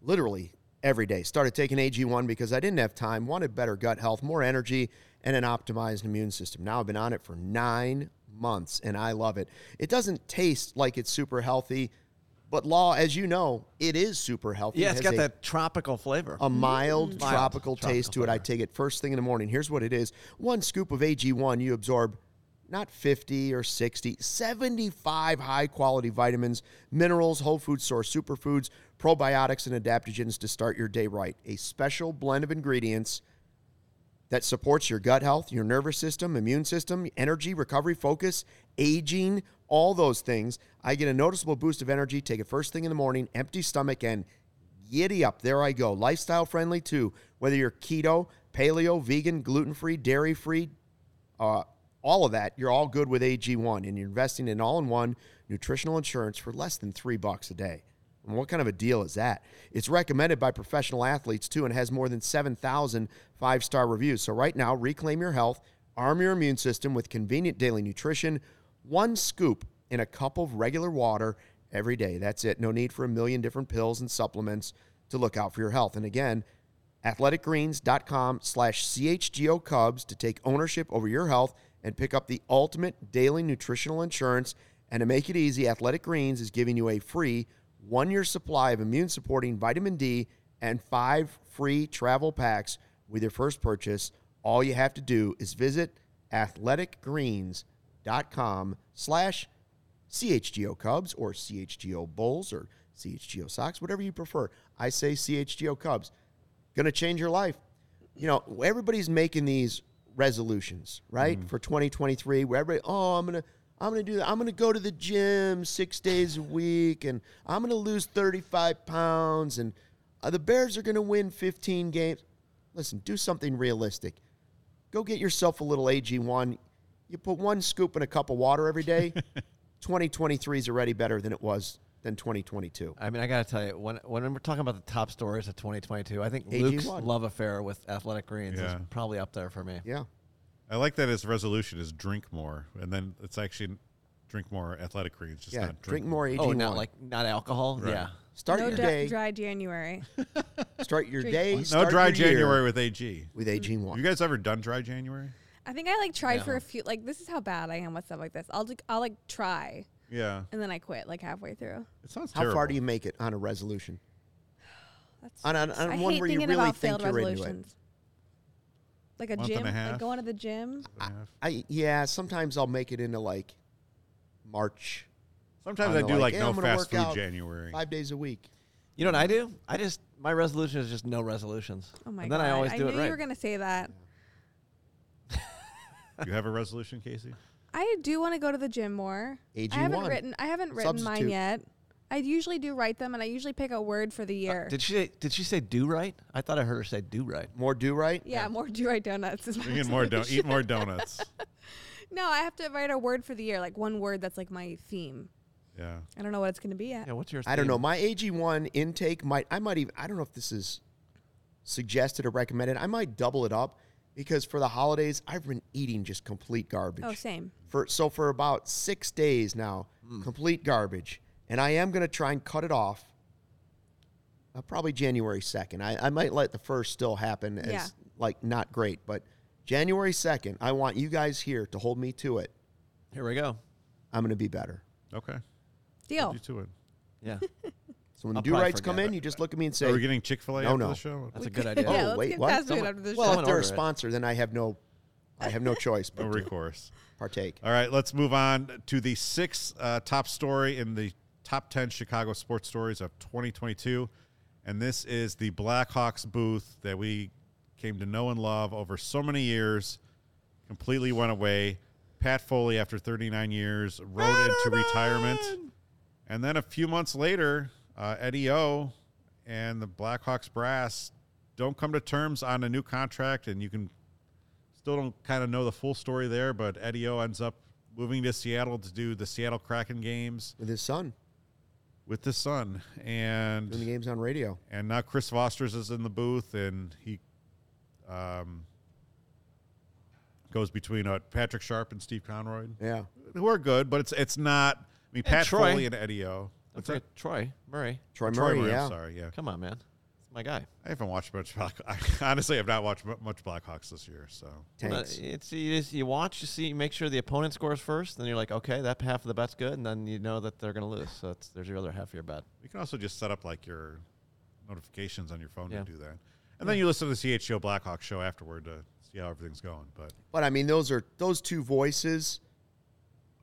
S2: literally every day. Started taking AG1 because I didn't have time, wanted better gut health, more energy, and an optimized immune system. Now I've been on it for nine months and I love it. It doesn't taste like it's super healthy, but Law, as you know, it is super healthy.
S4: Yeah,
S2: It
S4: it's
S2: has
S4: got
S2: a-
S4: that tropical flavor.
S2: a Mm. mild
S4: Mild
S2: tropical taste to it. I take it first thing in the morning. Here's what it is one scoop of AG1, you absorb not 50 or 60, 75 high quality vitamins, minerals, whole food source, superfoods, probiotics, and adaptogens to start your day right. A special blend of ingredients that supports your gut health, your nervous system, immune system, energy, recovery, focus, aging, all those things. I get a noticeable boost of energy, take it first thing in the morning, empty stomach, and giddy up. There I go. Lifestyle friendly too. Whether you're keto, paleo, vegan, gluten free, dairy free, uh, all of that, you're all good with AG1, and you're investing in all-in-one nutritional insurance for less than three bucks a day. And what kind of a deal is that? It's recommended by professional athletes too, and has more than 7,000 five-star reviews. So right now, reclaim your health, arm your immune system with convenient daily nutrition, one scoop in a cup of regular water every day. That's it. No need for a million different pills and supplements to look out for your health. And again, athleticgreens.com slash chgo cubs to take ownership over your health and pick up the ultimate daily nutritional insurance and to make it easy athletic greens is giving you a free one-year supply of immune supporting vitamin d and five free travel packs with your first purchase all you have to do is visit athleticgreens.com slash CHGO Cubs or CHGO Bulls or CHGO Sox, whatever you prefer. I say CHGO Cubs. Gonna change your life. You know, everybody's making these resolutions, right? For 2023, where everybody, oh, I'm gonna I'm gonna do that. I'm gonna go to the gym six days a week and I'm gonna lose 35 pounds and uh, the Bears are gonna win 15 games. Listen, do something realistic. Go get yourself a little AG1. You put one scoop in a cup of water every day. 2023 is already better than it was than 2022.
S4: I mean, I gotta tell you, when when we're talking about the top stories of 2022, I think
S2: AG1.
S4: Luke's love affair with athletic greens
S1: Yeah.
S4: is probably up there for me.
S2: Yeah.
S1: I like that his resolution is drink more, and then it's actually drink more athletic greens, just
S2: Yeah,
S1: not
S2: drink more AG1.
S4: Oh, not like not alcohol.
S1: Right.
S4: Yeah.
S2: Start
S3: no
S2: your
S3: dri-
S2: day.
S3: dry January.
S2: Start your
S3: Drink
S2: day.
S3: one. No
S1: No
S2: start
S1: dry
S2: your year
S1: January with AG.
S2: with AG1.
S1: You guys ever done dry January?
S3: I think I like tried
S4: No.
S3: for a few. Like this is how bad I am with stuff like this. I'll like, I'll like try
S1: Yeah,
S3: and then I quit like halfway through.
S1: it sounds.
S2: How far
S1: terrible.
S2: do you make it on a resolution?
S3: That's
S2: On, on, on
S3: I
S2: one
S3: hate
S2: where you
S3: thinking
S2: really
S3: about failed
S2: think you're into it.
S3: resolutions. Like a
S1: Month and
S3: gym,
S1: a half.
S3: like going to the gym.
S2: I yeah. Sometimes I'll make it into like March.
S1: Sometimes I
S2: kinda
S1: do like,
S2: "Yeah,
S1: no
S2: I'm gonna
S1: fast
S2: work
S1: food
S2: out
S1: January.
S2: Five days a week.
S4: You know what I do? I just my resolution is just no resolutions.
S3: Oh my
S4: and then
S3: god!
S4: I always do
S3: knew
S4: it right.
S3: you were gonna say that.
S1: you have a resolution, Casey?
S3: I do want to go to the gym more. I haven't
S2: AG1.
S3: written. I haven't written mine
S2: Substitute.
S3: yet. I usually do write them, and I usually pick a word for the year.
S4: Did she did she say do right? I thought I heard her say do right.
S2: More do right.
S3: yeah, more do write donuts. Is my
S1: Drink more don-
S3: resolution.
S1: eat more donuts.
S3: No, I have to write a word for the year, like one word that's like my theme.
S1: Yeah.
S3: I don't know what it's gonna be yet.
S4: Yeah, what's your
S2: I don't know.
S4: theme?
S2: My AG1 intake might, I might even, I don't know if this is suggested or recommended. I might double it up because for the holidays, I've been eating just complete garbage.
S3: Oh, same.
S2: For, so for about six days now, complete garbage. And I am going to try and cut it off uh, probably January 2nd. I, I might let the first still happen as
S3: Yeah.
S2: like not great, but January 2nd, I want you guys here to hold me to it.
S4: Here we go.
S2: I'm going to be better.
S1: Okay.
S3: Deal.
S1: You to it.
S4: Yeah.
S2: So when
S4: I'll
S2: the do
S4: probably
S2: rights come
S4: forget
S2: in,
S4: it.
S2: you just look at me and say,
S1: Are we getting Chick Fil A
S2: No,
S1: after
S2: no.
S1: the show?
S4: That's a good idea.
S3: yeah,
S2: Oh,
S3: let's
S2: wait,
S3: get
S2: what?
S3: fast food
S4: Someone-
S3: after the
S2: Well,
S3: show.
S2: if "Oh, they're
S4: order
S2: a
S4: it.
S2: sponsor, then I have no, I have no choice
S1: No
S2: but to
S1: recourse.
S2: partake.
S1: All right, let's move on to the sixth uh, top story in the top 10 Chicago sports stories of 2022. And this is the Blackhawks booth that we came to know and love over so many years, completely went away. Pat Foley, after 39 years, rode into retirement. And then a few months later, uh, Eddie O and the Blackhawks brass don't come to terms on a new contract, and you can still don't kind of know the full story there. But Eddie O ends up moving to Seattle to do the Seattle Kraken games
S2: with his son.
S1: With his son, and
S2: Doing the games on radio.
S1: and now Chris Vosters is in the booth, and he um, goes between uh, Patrick Sharp and Steve Conroy.
S2: Yeah.
S1: who are good, but it's it's not. I mean,
S4: And
S1: Pat
S4: Troy.
S1: Foley and Eddie O.
S4: Don't forget Troy Murray.
S2: Troy
S1: Troy
S2: Murray,
S1: Murray,
S2: yeah.
S1: I'm sorry, yeah.
S4: Come on, man. It's my guy.
S1: I haven't watched much. Black, I, honestly, I've not watched mu- much Blackhawks this year. So
S2: Tanks.
S4: Well, It's you, just, you watch, you see, you make sure the opponent scores first, then you're like, okay, that half of the bet's good, and then you know that they're going to lose. So that's, there's your other half of your bet.
S1: you can also just set up like your notifications on your phone
S4: Yeah.
S1: to do that, and then you listen to the CHO Blackhawk show afterward to see how everything's going. But
S2: But I mean, those are those two voices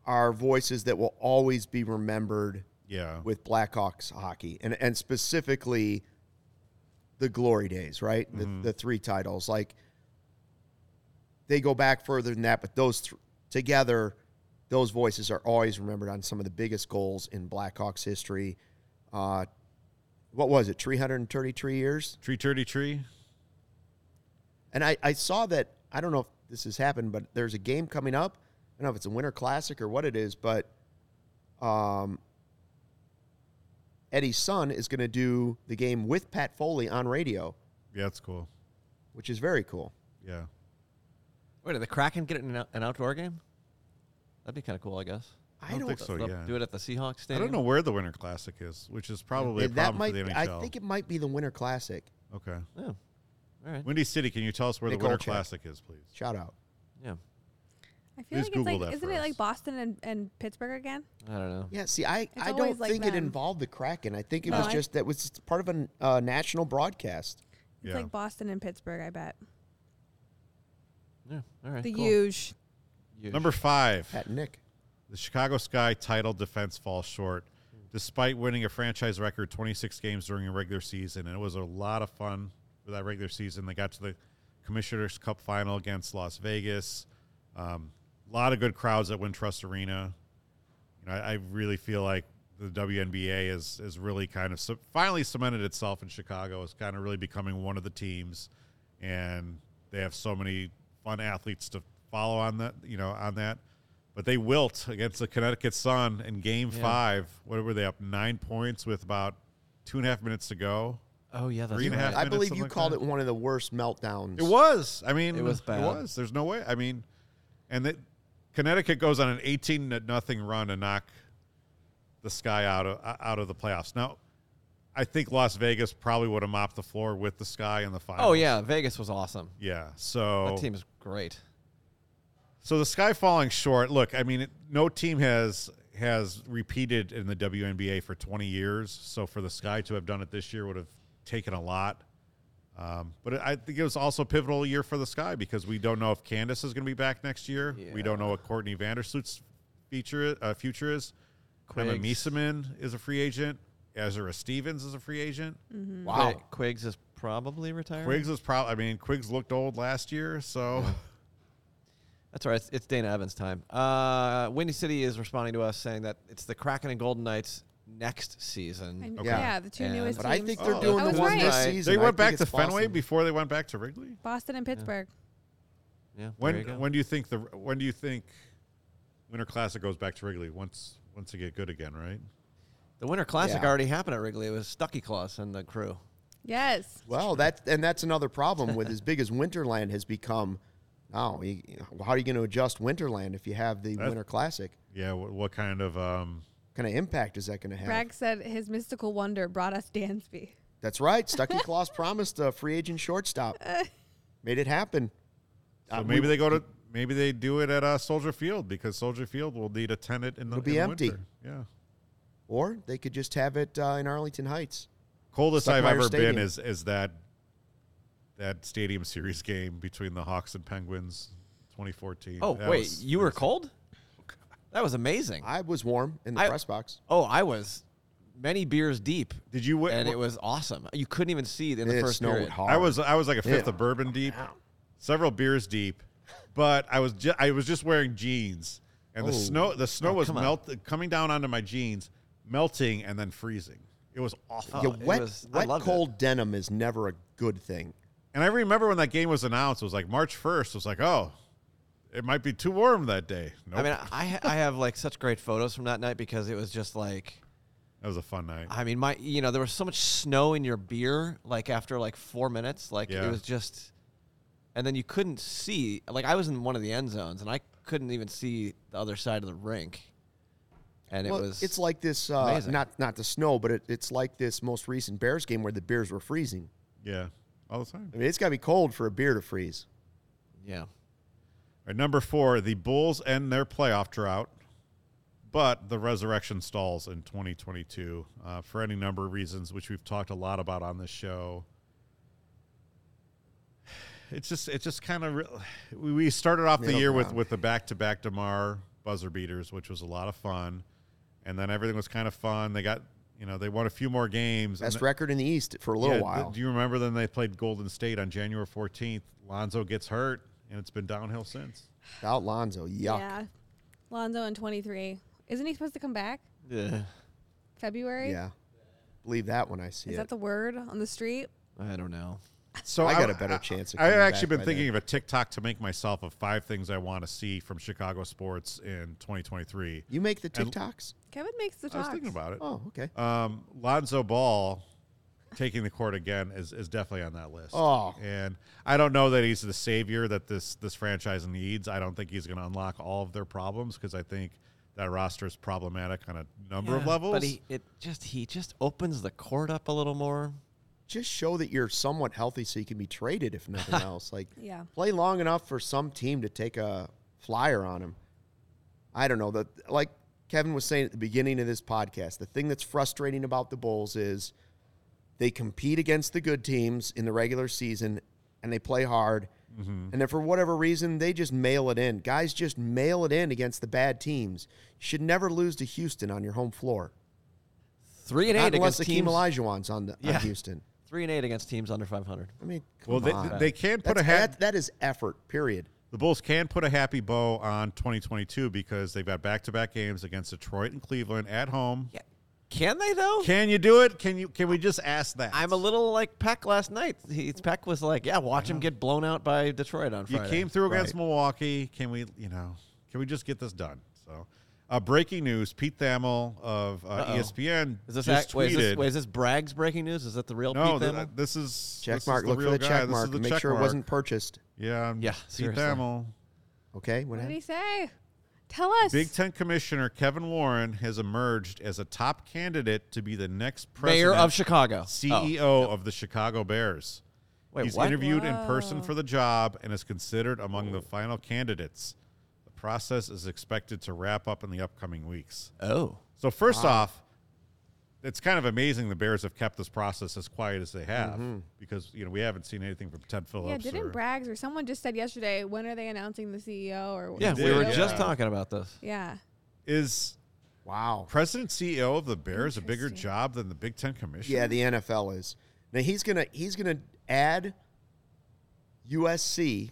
S2: are voices that will always be remembered
S1: yeah,
S2: with Blackhawks hockey, and and specifically the glory days, right? The, the three titles, like they go back further than that, but those th- together, those voices are always remembered on some of the biggest goals in Blackhawks history. Uh, what was it? Three hundred and thirty-three years.
S1: tree turdy tree.
S2: And I, I saw that, I don't know if this has happened, but there's a game coming up. I don't know if it's a winter classic or what it is, but um, Eddie's son is going to do the game with Pat Foley on radio,
S1: Yeah, that's cool.
S2: which is very cool.
S1: Yeah,
S4: Wait, did the Kraken get an, out- an outdoor game? That'd be kind of cool, I guess.
S2: I don't,
S1: think so.
S4: They'll
S1: Oh, Yeah,
S4: Do it at the Seahawks
S1: I
S4: Stadium.
S1: don't know where the Winter Classic is, which is probably a
S2: Yeah, that
S1: problem
S2: might,
S1: for the
S2: I
S1: NHL.
S2: think it might be the winter classic.
S1: okay,
S4: Yeah. All right.
S1: Windy City, can you tell us where
S2: Nick
S1: the Winter
S2: Olchek.
S1: Classic is, please?
S2: Shout out.
S4: Yeah.
S3: I
S1: Please
S3: feel like
S1: Google that
S3: it's like, isn't
S1: for
S3: it
S1: us.
S3: like Boston and, and Pittsburgh again?
S4: I don't know.
S2: Yeah, see, I, I don't
S3: always like
S2: think it
S3: them.
S2: involved the Kraken. I think it
S3: No,
S2: was
S3: I-
S2: just that was just part of a uh, national broadcast.
S3: It's
S1: Yeah.
S3: like Boston and Pittsburgh, I bet.
S4: Yeah. All right.
S3: The
S4: cool.
S3: huge.
S4: Huge.
S1: Number five.
S2: Pat and Nick.
S1: The Chicago Sky title defense falls short, despite winning a franchise record 26 games during a regular season, and it was a lot of fun for that regular season. They got to the Commissioner's Cup final against Las Vegas. A lot of good crowds at Wintrust Arena. You know, I, I really feel like the WNBA is is really kind of ce- finally cemented itself in Chicago. It's kind of really becoming one of the teams, and they have so many fun athletes to follow on that. You know, on that. But they wilt against the Connecticut Sun in Game Five. What were they up nine points with about two and a half minutes to go?
S4: Oh yeah, that's
S1: Three and a
S4: right.
S1: half
S2: I
S1: minutes,
S2: believe
S1: something
S2: you
S1: like
S2: called
S1: that.
S2: it one of the worst meltdowns.
S1: It was. I mean,
S4: It was bad.
S1: It was. There's no way. I mean, and that Connecticut goes on an 18 to nothing run to knock the sky out of uh, out of the playoffs. Now, I think Las Vegas probably would have mopped the floor with the sky in the final.
S4: Oh yeah, Vegas was awesome.
S1: Yeah. So
S4: That team is great.
S1: so the sky falling short. Look, I mean, it, no team has has repeated in the WNBA for 20 years. So for the sky to have done it this year would have taken a lot. Um, but I think it was also a pivotal year for the sky because we don't know if Candace is going to be back next year. We don't know what Courtney Vandersloot's feature uh, future is. Emma
S4: Quiggs.
S1: Miesemann is a free agent. Ezra Stevens is a free agent.
S3: Mm.
S4: Wow. Quiggs is probably retiring.
S1: Quiggs is probably. I mean, Quiggs looked old last year, so
S4: That's all right. It's, it's Dana Evans' time. Uh, Windy City is responding to us saying that it's the Kraken and Golden Knights next
S3: I-
S4: season.
S2: Okay.
S3: Yeah. the two
S4: Mm, And-
S3: newest
S2: But I
S3: teams.
S2: think they're
S1: Oh,
S2: doing
S3: I was
S2: the one
S3: right.
S2: this
S4: They
S2: season.
S1: they
S2: I
S1: went
S2: think
S1: back
S2: it's
S1: to Fenway
S2: Boston.
S1: before they went back to Wrigley.
S3: Boston and Pittsburgh.
S4: Yeah. there you go.
S1: When when do you think the when do you think Winter Classic goes back to Wrigley once once they get good again? Right?
S4: the Winter Classic
S2: Yeah.
S4: already happened at Wrigley. It was Stucky Claus and the crew.
S3: Yes.
S2: Well, that and that's another problem with as big as Winterland has become. Now, you, how are you going to adjust Winterland if you have the
S1: That's-
S2: Winter Classic?
S1: Yeah. What, what kind of um,
S2: What kind of impact is that going to have?
S3: Bragg said his mystical wonder brought us Dansby.
S2: That's right. Stucky Claus promised a free agent shortstop. Made it happen.
S1: so
S2: Uh,
S1: maybe
S2: we-
S1: they go to maybe they do it at uh, Soldier Field because Soldier Field will need a tenant in the,
S2: It'll be
S1: in the
S2: empty.
S1: winter. Yeah.
S2: or they could just have it uh, in Arlington Heights.
S1: Coldest
S2: Stuckmeyer
S1: I've ever
S2: Stadium.
S1: been is is that that Stadium Series game between the Hawks and Penguins, 2014.
S4: Oh
S1: That
S4: wait,
S1: was
S4: you were
S1: crazy.
S4: cold? That was amazing.
S2: I was warm in the
S4: I-
S2: press box.
S4: oh, I was many beers deep.
S1: Did you? Win?
S4: and it was awesome. You couldn't even see it in the
S2: It
S4: first
S2: snowed
S4: period.
S2: hard.
S1: I was I was like a fifth
S2: Yeah.
S1: of bourbon deep, several beers deep, but I was ju- I was just wearing jeans, and the
S4: Oh.
S1: snow the snow
S4: Oh,
S1: was
S4: come on.
S1: melt coming down onto my jeans, melting and then freezing. uh, It was awful.
S4: Oh.
S2: yeah, wet, wet cold denim is never a good thing.
S1: And I remember when that game was announced, it was like March first. It was like, oh, it might be too warm that day. Nope.
S4: I mean, I I have like such great photos from that night because it was just like
S1: that was a fun night.
S4: I mean, my you know there was so much snow in your beer like after like four minutes, like
S1: Yeah.
S4: it was just, and then you couldn't see. Like I was in one of the end zones and I couldn't even see the other side of the rink, and
S2: Well,
S4: it was
S2: it's like this uh,
S4: amazing.
S2: not not the snow, but it, it's like this most recent Bears game where the beers were freezing.
S1: yeah, all the time.
S2: I mean, it's got to be cold for a beer to freeze.
S4: yeah.
S1: All right, number four, the Bulls end their playoff drought, but the resurrection stalls in 2022 uh, for any number of reasons, which we've talked a lot about on this show. It's just, it's just kind of, re- we we started off the
S2: Middle
S1: year with
S2: ground.
S1: with the back to back Demar buzzer beaters, which was a lot of fun, and then everything was kind of fun. They got, you know, they won a few more games. and
S2: Best
S1: th-
S2: record in the East for a little
S1: yeah, th-
S2: while.
S1: Do you remember then they played Golden State on January 14th? Lonzo gets hurt, and it's been downhill since.
S2: Out Lonzo, yuck.
S3: Yeah. Lonzo in 23. Isn't he supposed to come back
S4: Yeah.
S3: February?
S2: Yeah. Believe that when I see
S3: Is
S2: it.
S3: that the word on the street?
S4: I don't know.
S1: So
S2: I got a better chance of
S1: I've
S2: coming
S1: actually
S2: back
S1: been
S2: by
S1: thinking of a TikTok to make myself of five things I want to see from Chicago sports in 2023.
S2: you make the
S1: And-
S2: TikToks?
S3: Kevin makes the
S1: I
S3: talk.
S1: was thinking about it.
S2: Oh, okay.
S1: Um, Lonzo Ball taking the court again is, is definitely on that list.
S2: Oh.
S1: and I don't know that he's the savior that this this franchise needs. I don't think he's going to unlock all of their problems because I think that roster is problematic on a number of
S4: Yeah,
S1: levels.
S4: But he it just he just opens the court up a little more.
S2: Just show that you're somewhat healthy so you can be traded if nothing else. Like
S3: Yeah.
S2: play long enough for some team to take a flyer on him. I don't know. The, like Kevin was saying at the beginning of this podcast, the thing that's frustrating about the Bulls is they compete against the good teams in the regular season and they play hard. And then for whatever reason, they just mail it in. Guys just mail it in against the bad teams. You should never lose to Houston on your home floor.
S4: Three and
S2: Not
S4: eight
S2: unless
S4: against
S2: Akeem
S4: teams.
S2: Olajuwon's on, the,
S4: Yeah.
S2: on Houston.
S4: Three and eight against teams under five hundred.
S2: I mean,
S1: well,
S2: come
S1: they,
S2: on.
S1: they can put
S2: That's
S1: a hat.
S2: that- that is effort, period.
S1: The Bulls can put a happy bow on 2022 because they've got back-to-back games against Detroit and Cleveland at home.
S4: Can they though?
S1: Can you do it? Can you? Can we just ask that?
S4: I'm a little like Peck last night. He, Peck was like, "Yeah, watch him get blown out by Detroit on
S1: You
S4: Friday."
S1: came through against Milwaukee. Can we? You know, can we just get this done? So, uh, breaking news: Pete Thamel of uh,
S4: Uh-oh.
S1: ESPN
S4: Is this,
S1: just
S4: act, wait, is this
S1: tweeted.
S4: wait, is this Bragg's breaking news? Is that the real
S1: no,
S4: Pete
S1: th- uh,
S4: Thamel?
S1: this is
S2: Check
S1: this is
S2: mark.
S1: the
S2: Look
S1: real
S2: for the
S1: guy.
S2: check
S1: This
S2: mark.
S1: is the
S2: and Make
S1: check
S2: sure
S1: mark.
S2: it wasn't purchased.
S1: Yeah, I'm
S4: Yeah,
S1: Pete
S4: seriously.
S1: Thamel.
S2: Okay, what
S3: What did he
S2: happened?
S3: say? Tell us.
S1: Big Ten Commissioner Kevin Warren has emerged as a top candidate to be the next president E
S4: Mayor of Chicago. Oh.
S2: Oh.
S1: CEO of the Chicago Bears.
S4: Wait,
S1: He's
S4: what?
S1: interviewed in person
S3: Whoa.
S1: for the job and is considered among the final candidates. The process is expected to wrap up in the upcoming weeks.
S4: Oh,
S1: So first off, it's kind of amazing the Bears have kept this process as quiet as they have
S2: Mm-hmm.
S1: because you know we haven't seen anything from Ted Phillips.
S3: yeah, didn't
S1: or-
S3: Braggs or someone just said yesterday, when are they announcing the CEO or
S4: yeah,
S3: the
S4: we were
S3: CEO?
S4: just
S1: Yeah.
S4: talking about this.
S3: Yeah.
S1: is
S2: Wow.
S1: president CEO of the Bears a bigger
S3: Interesting.
S1: job than the Big Ten Commission?
S2: Yeah, the NFL is. Now he's gonna he's gonna add USC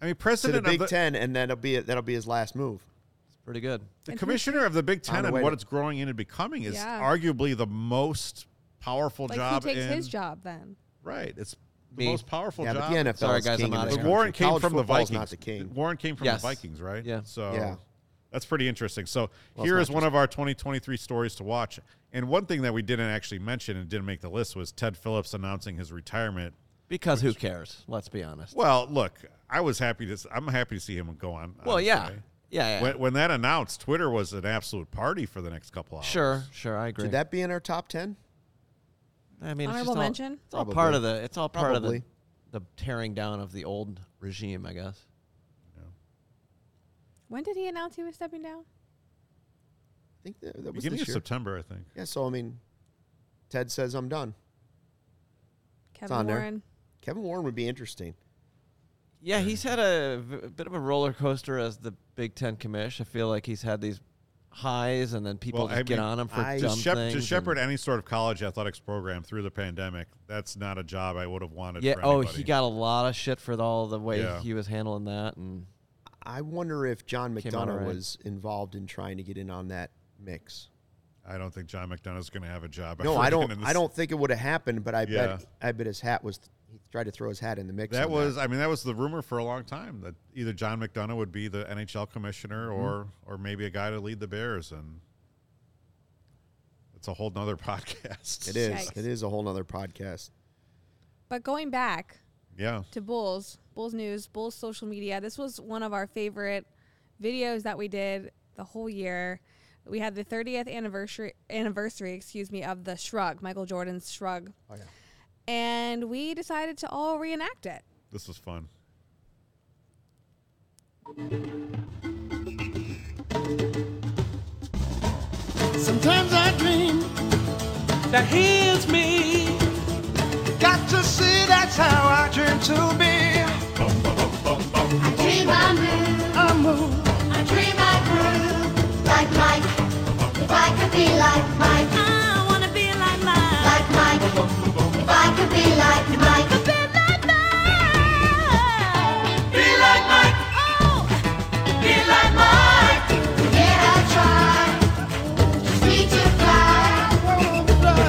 S1: I mean,
S2: to the
S1: president
S2: Big
S1: of the,
S2: Ten, and that'll be it. That'll be his last move.
S4: It's pretty good.
S1: the
S3: And who's
S1: commissioner of the Big
S2: On
S1: Ten
S2: the
S1: and
S2: way
S1: what
S2: to-
S1: it's growing into becoming is
S3: Yeah.
S1: arguably the most powerful
S3: Like
S1: job.
S3: who takes
S1: in,
S3: his job then?
S1: Right, it's the
S4: Me.
S1: most powerful
S2: yeah,
S1: job.
S2: but the NFL.
S4: Sorry,
S2: is
S4: guys,
S2: king
S4: I'm
S2: in
S4: outta
S2: this
S1: But
S4: here.
S2: country.
S1: Warren came
S2: College
S1: from the
S2: football's
S1: Vikings.
S2: Not the king.
S1: Warren came from
S4: Yes.
S1: the Vikings, right?
S4: Yeah.
S1: So
S2: Yeah.
S1: that's pretty interesting. So
S2: Well,
S1: here
S2: it's
S1: is
S2: not
S1: one of our 2023 stories to watch. And one thing that we didn't actually mention and didn't make the list was Ted Phillips announcing his retirement.
S4: Because who cares? Let's be honest.
S1: Well, look, I was happy to. s- I'm happy to see him go on.
S4: Well,
S1: on
S4: yeah,
S1: today.
S4: yeah, yeah.
S1: When, when that announced, Twitter was an absolute party for the next couple hours.
S4: sure, sure, I agree.
S2: Should that be in our top ten?
S4: I mean, it's just
S3: Honorable
S4: all-
S3: mention?
S4: It's all
S2: Probably.
S4: part of the. It's all part
S2: Probably.
S4: of the, the tearing down of the old regime, I guess.
S3: When did he announce he was stepping down?
S2: I think that, that was
S1: Beginning of
S2: this year.
S1: September, I think.
S2: Yeah. So I mean, Ted says I'm done.
S3: Kevin
S2: on there.
S3: Warren.
S2: Kevin Warren would be interesting.
S4: Yeah, he's had a, v- bit of a roller coaster as the Big Ten commish. I feel like he's had these highs, and then people just
S1: I
S4: get
S1: mean,
S4: on them for
S1: I-
S4: dumb
S1: to, shep- to
S4: things. and-
S1: shepherd any sort of college athletics program through the pandemic, that's not a job I would have wanted.
S4: yeah.
S1: for
S4: Oh,
S1: anybody.
S4: he got a lot of shit for all the way
S1: Yeah.
S4: he was handling that, and
S2: I wonder if John
S4: Came out
S2: McDonough
S4: alright.
S2: was involved in trying to get in on that mix.
S1: I don't think John McDonough's going to have a job.
S2: No,
S1: ever
S2: I
S1: again
S2: don't.
S1: in
S2: I
S1: this-
S2: don't think it would have happened. But I
S1: Yeah.
S2: bet. I bet his hat was. He tried to throw his hat in the mix.
S1: That
S2: on
S1: was, I mean, that was the rumor for a long time that either John McDonough would be the NHL commissioner
S2: Mm-hmm.
S1: or, or maybe a guy to lead the Bears, and it's a whole nother podcast.
S2: It is.
S3: Yikes.
S2: It is a whole nother podcast.
S3: But going back
S1: Yeah.
S3: to Bulls, Bulls news, Bulls social media. This was one of our favorite videos that we did the whole year. We had the 30th anniversary anniversary, excuse me, of the Shrug, Michael Jordan's Shrug.
S2: Oh yeah.
S3: And we decided to all reenact it.
S1: This was fun.
S10: Sometimes I dream that he is me. Got to see that's how I dream to be. I dream I move. I move. I dream I groove. Like Mike. If I could be like Mike. I wanna be like Mike. Like Mike. If I could be like Mike. Be like Mike. Be like Mike. Oh. Be like Mike. Yeah, I try. Oh,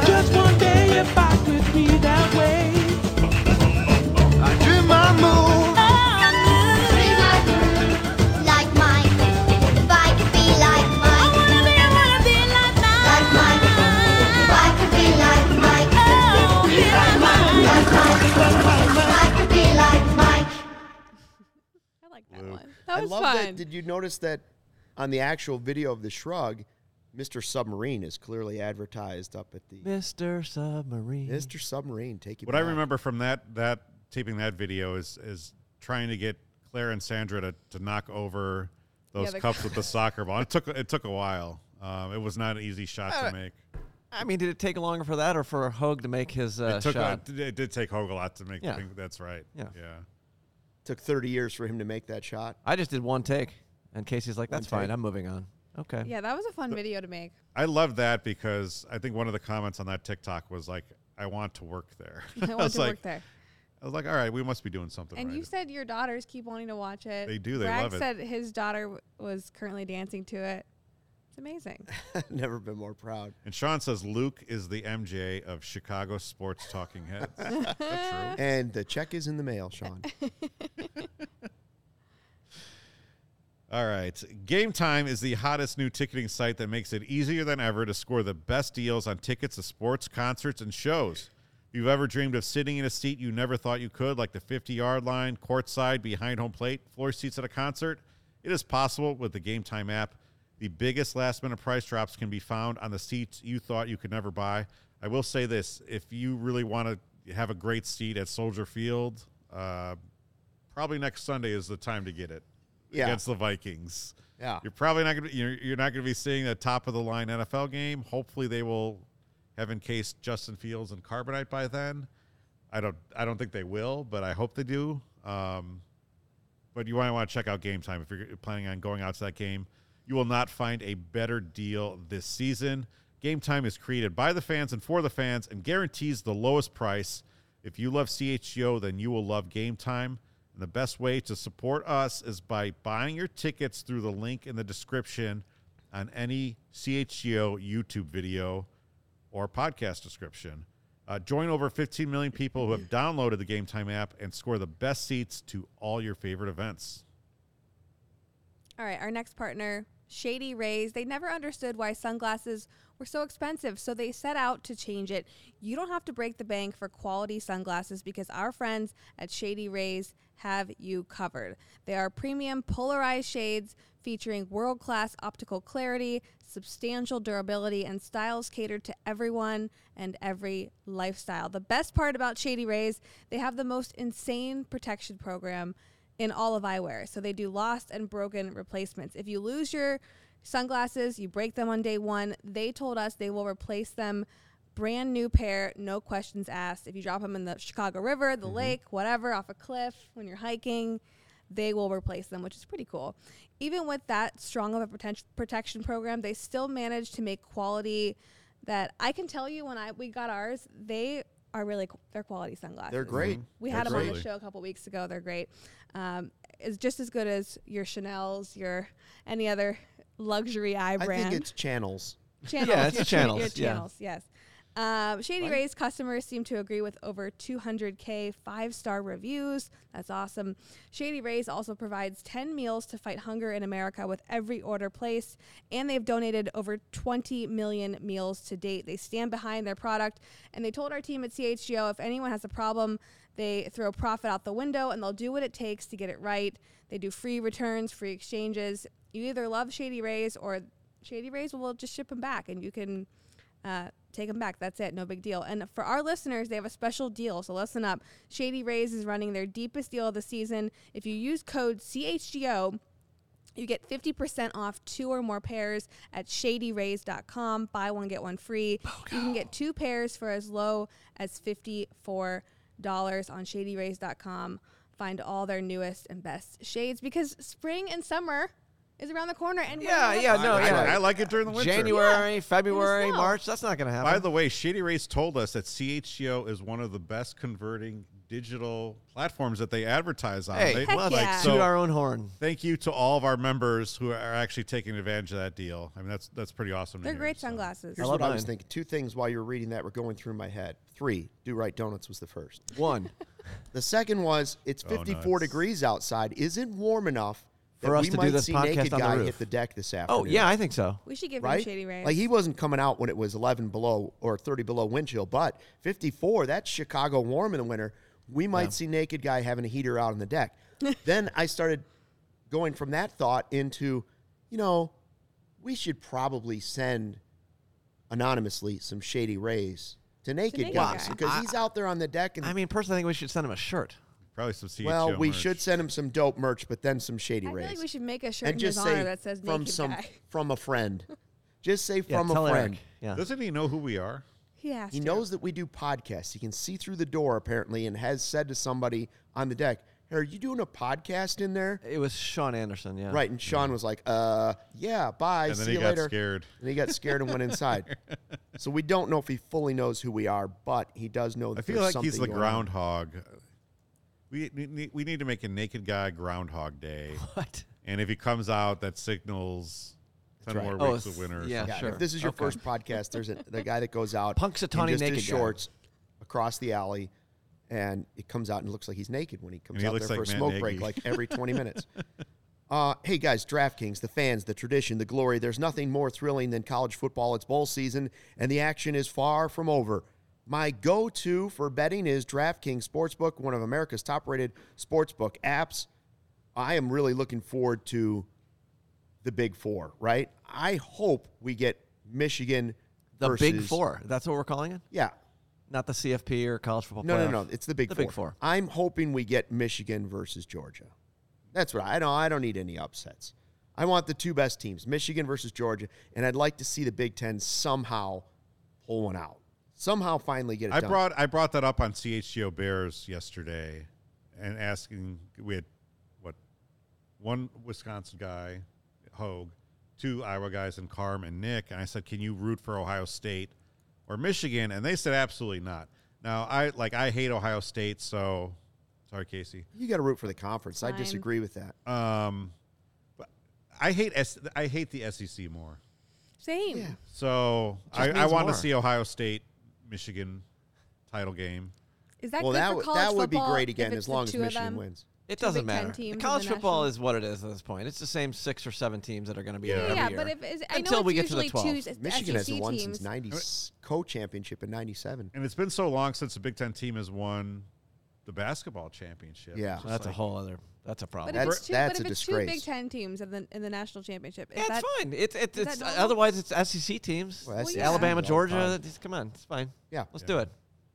S10: Just one day if I could be that way. I dream I move. Like mine, if I could be like mine. I wanna be, I wanna be like mine. Like mine, if I could be like mine. Oh, be like mine. Like mine, if I could be like mine.
S3: That was
S2: I love
S3: fun.
S2: that. Did you notice that on the actual video of the shrug, Mr. Submarine is clearly advertised up at the
S4: Mr. Submarine.
S2: Mr. Submarine. Take you.
S1: What I
S2: back.
S1: remember from that that taping that video is is trying to get Claire and Sandra to, to knock over those
S4: Yeah, the-
S1: cups with the soccer ball. It took it took a while. Um, it was not an easy shot to
S4: Uh,
S1: make.
S4: I mean, did it take longer for that, or for Hogue to make his uh,
S1: it took
S4: shot?
S1: A, it did take Hogue a lot to make. the
S4: Yeah.
S1: thing. That's right.
S4: Yeah.
S1: yeah.
S2: Took 30 years for him to make that shot.
S4: I just did one take, and Casey's like,
S2: One
S4: "That's fine.
S2: take.
S4: I'm moving on." Okay.
S3: yeah, that was a fun video to make.
S1: I love that because I think one of the comments on that TikTok was like, "I want to work there."
S3: I want
S1: was
S3: to
S1: like,
S3: work there.
S1: I was like, "All right, we must be doing something."
S3: And
S1: right.
S3: you said your daughters keep wanting to watch it.
S1: They do, they
S3: Bragg
S1: love it.
S3: said his daughter w- was currently dancing to it. It's amazing.
S2: Never been more proud.
S1: and Sean says Luke is the MJ of Chicago sports talking heads. Is that true?
S2: And the check is in the mail, Sean.
S1: All right. Game Time is the hottest new ticketing site that makes it easier than ever to score the best deals on tickets to sports, concerts, and shows. If you've ever dreamed of sitting in a seat you never thought you could, like the 50 yard line, courtside, behind home plate, floor seats at a concert, it is possible with the Game Time app. The biggest last minute price drops can be found on the seats you thought you could never buy. I will say this if you really want to have a great seat at Soldier Field, uh, probably next Sunday is the time to get it
S2: Yeah.
S1: against the Vikings.
S2: Yeah.
S1: You're probably not going to you're, you're not going to be seeing a top of the line NFL game. Hopefully they will have encased Justin Fields and Carbonite by then. I don't I don't think they will, but I hope they do. Um, but you might want to check out game time if you're planning on going out to that game. You will not find a better deal this season. Game time is created by the fans and for the fans and guarantees the lowest price. If you love CHGO, then you will love game time. And the best way to support us is by buying your tickets through the link in the description on any CHGO YouTube video or podcast description. Uh, join over 15 million people who have downloaded the Game Time app and score the best seats to all your favorite events.
S3: All right, our next partner, Shady Rays. They never understood why sunglasses were so expensive, so they set out to change it. You don't have to break the bank for quality sunglasses because our friends at Shady Rays have you covered. They are premium polarized shades featuring world class optical clarity, substantial durability, and styles catered to everyone and every lifestyle. The best part about Shady Rays, they have the most insane protection program in all of eyewear. So they do lost and broken replacements. If you lose your sunglasses, you break them on day one, they told us they will replace them brand new pair, no questions asked. If you drop them in the Chicago River, the lake, whatever, off a cliff, when you're hiking, they will replace them, which is pretty cool. Even with that strong of a protect- protection program, they still manage to make quality that I can tell you when I we got ours, they are really qu- they're quality sunglasses.
S2: They're great. Mhm.
S4: Mm-hmm.
S3: We
S2: They're
S3: had them on the
S2: great.
S3: show a couple weeks ago. They're great. Um, it's just as good as your Chanel's, your any other luxury eye
S2: I
S3: brand.
S2: think it's channels.
S3: Channels.
S4: Yeah, it's
S3: your
S4: the channels,
S3: Your
S4: yeah.
S3: channels, yes. Um, Shady Rays customers seem to agree with over 200K five star reviews. That's awesome. Shady Rays also provides 10 meals to fight hunger in America with every order placed, and they've donated over 20 million meals to date. They stand behind their product, and they told our team at CHGO if anyone has a problem, they throw profit out the window and they'll do what it takes to get it right. They do free returns, free exchanges. You either love Shady Rays or Shady Rays will just ship them back and you can uh, take them back. That's it. No big deal. And for our listeners, they have a special deal. So listen up. Shady Rays is running their deepest deal of the season. If you use code CHGO, you get 50% off two or more pairs at shadyrays.com. Buy one, get one free. You can get two pairs for as low as $54 on shadyrays.com. Find all their newest and best shades because spring and summer is around the corner. And we're
S4: Yeah,
S3: gonna-
S4: yeah, no,
S1: I-
S4: yeah.
S1: I like it during the winter.
S4: January, February,
S3: snow.
S4: March. That's not going to happen.
S1: By the way, Shady Rays told us that CHGO is one of the best converting digital platforms that they advertise on.
S4: Hey,
S1: They-
S4: well, Heck like, yeah.
S1: so
S4: toot our own horn.
S1: Thank you to all of our members who are actually taking advantage of that deal. I mean, that's that's pretty awesome. to
S3: They're
S1: hear,
S3: great
S1: so.
S3: sunglasses.
S2: Here's what I was thinking. Two things while you were reading that were going through my head. Three, do right donuts was the first.
S4: One.
S2: The second was it's
S4: Oh, no,
S2: 54 degrees outside. Is it warm enough that
S4: For us
S2: we
S4: to do
S2: might
S4: this
S2: see
S4: podcast
S2: naked
S4: on the
S2: guy
S4: roof.
S2: hit the deck this afternoon?
S4: Oh, yeah, I think so.
S3: We should give them
S2: right?
S3: Shady Rays.
S2: Like he wasn't coming out when it was 11 below or 30 below wind chill, but 54, that's Chicago warm in the winter. We might see naked guy having a heater out on the deck. then I started going from that thought into, you know, we should probably send anonymously some shady rays to naked,
S4: naked
S2: guys
S4: guy.
S2: because
S4: I-
S2: he's out there on the deck and
S4: I mean, personally, I think we should send him a shirt.
S1: Probably some CHGO.
S2: well, we
S1: merch.
S2: should send him some dope merch, but then some shady
S3: I feel
S2: rays.
S3: like we should make a shirt
S2: and
S3: in his
S2: just
S3: honor
S2: say
S3: that says
S2: from
S3: naked
S2: some
S3: guy.
S2: from a friend. Just say
S4: Yeah,
S2: from
S4: tell
S2: a
S4: Eric.
S2: friend.
S4: Yeah.
S1: Doesn't he know who we are?
S3: He has
S2: He
S3: to.
S2: knows that we do podcasts. He can see through the door apparently, and has said to somebody on the deck, "Hey, are you doing a podcast in there?"
S4: It was Sean Anderson, yeah.
S2: Right, and Sean was like, "Uh, yeah, bye,
S1: And then
S2: see
S1: he
S2: you
S1: got
S2: later."
S1: scared.
S2: And he got scared and went inside. so we don't know if he fully knows who we are, but he does know.
S1: I
S2: That
S1: feel
S2: there's
S1: like he's
S2: something
S1: the
S2: going on.
S1: groundhog. We, we need- we need to make a naked guy Groundhog Day.
S4: What?
S1: And if he comes out, that signals ten
S2: right.
S1: more
S4: Oh,
S1: weeks of
S4: it's-
S1: winter. or
S4: yeah,
S1: something.
S4: sure.
S2: If this is your
S4: Okay.
S2: first podcast, there's a, the guy that goes out
S4: Punxsutawney
S2: in just
S4: naked
S2: his
S4: guy.
S2: shorts across the alley, and it comes out and looks like he's naked when he comes
S1: And he
S2: out
S1: looks
S2: there for
S1: like
S2: a
S1: Matt
S2: smoke
S1: Nagy.
S2: break, like every 20 minutes. Uh, hey guys, DraftKings, the fans, the tradition, the glory. There's nothing more thrilling than college football. It's bowl season, and the action is far from over. My go to for betting is DraftKings Sportsbook, one of America's top rated sportsbook apps. I am really looking forward to the Big Four, right? I hope we get Michigan.
S4: The Big
S2: versus-
S4: Four. That's what we're calling it?
S2: Yeah.
S4: Not the CFP or college football
S2: No, no,
S4: playoff.
S2: no. It's the Big
S4: the
S2: Four.
S4: Big Four.
S2: I'm hoping we get Michigan versus Georgia. That's what I know. I don't need any upsets. I want the two best teams, Michigan versus Georgia, and I'd like to see the Big Ten somehow pull one out. Somehow finally get it
S1: I
S2: done.
S1: brought I brought that up on CHGO Bears yesterday, and asking we had what one Wisconsin guy, Hogue, two Iowa guys, and Carm and Nick, and I said, can you root for Ohio State or Michigan? And they said, absolutely not. Now I like I hate Ohio State, so sorry, Casey.
S2: you got to root for the conference. I
S3: Fine.
S2: disagree with that.
S1: Um, but I hate S- I hate the SEC more.
S3: Same.
S1: So I, I
S4: means
S1: want to
S4: more.
S1: see Ohio State, Michigan title game.
S3: Is that
S2: well,
S3: good
S2: that,
S3: for
S2: w-
S3: college
S2: that would be
S3: football
S2: great
S3: if
S2: again
S3: it's
S2: as
S3: the
S2: long as
S3: two of
S2: Michigan
S3: them?
S2: wins.
S4: It
S3: Two
S4: doesn't
S3: Big Ten
S4: matter.
S3: teams in
S4: College
S3: the
S4: football
S3: national-
S4: is what it is at this point. It's the same six or seven teams that are going to be
S1: Yeah.
S4: there
S3: Yeah,
S4: every
S3: but
S4: year.
S3: if it's, I know
S4: Until
S3: it's
S4: we get to the
S3: usually
S4: 12.
S3: two it's the
S2: Michigan
S3: SEC
S2: hasn't won
S3: E teams.
S2: since 90 co-championship in 97.
S1: And it's been so long since the Big Ten team has won the basketball championship.
S2: Yeah.
S1: It's just
S4: that's a
S1: like-
S4: whole other. That's a
S3: But
S4: problem.
S3: if
S2: That's-
S3: it's two,
S2: that's
S3: but
S2: a
S3: if it's two Big
S2: disgrace.
S3: Ten teams in the in the national championship, is
S4: That's
S3: that
S4: fine. It's it's,
S3: is that
S4: it's
S3: normal?
S4: otherwise it's SEC teams.
S2: Well, E Well, SEC
S4: Alabama,
S2: teams all the
S4: Georgia.
S2: time.
S4: it's- Come on, it's fine.
S2: Yeah.
S4: let's do it.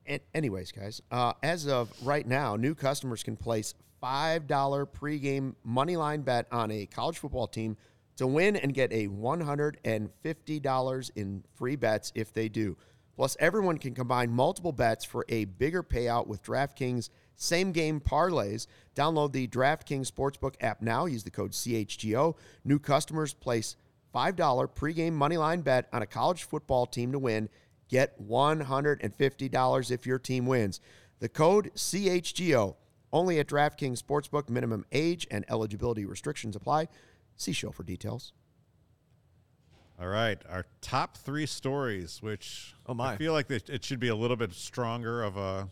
S2: And anyways, guys, uh, as of right now, new customers can place five dollar pregame money line bet on a college football team to win and get a one hundred and fifty dollars in free bets if they do. Plus, everyone can combine multiple bets for a bigger payout with DraftKings same game parlays. Download the DraftKings Sportsbook app now. Use the code CHGO. New customers place $5 pregame moneyline bet on a college football team to win. Get $150 if your team wins. The code CHGO. Only at DraftKings Sportsbook. Minimum age and eligibility restrictions apply. See show for details.
S1: All right, our top three stories, which
S4: Oh, my.
S1: I feel like it it should be a little bit stronger of a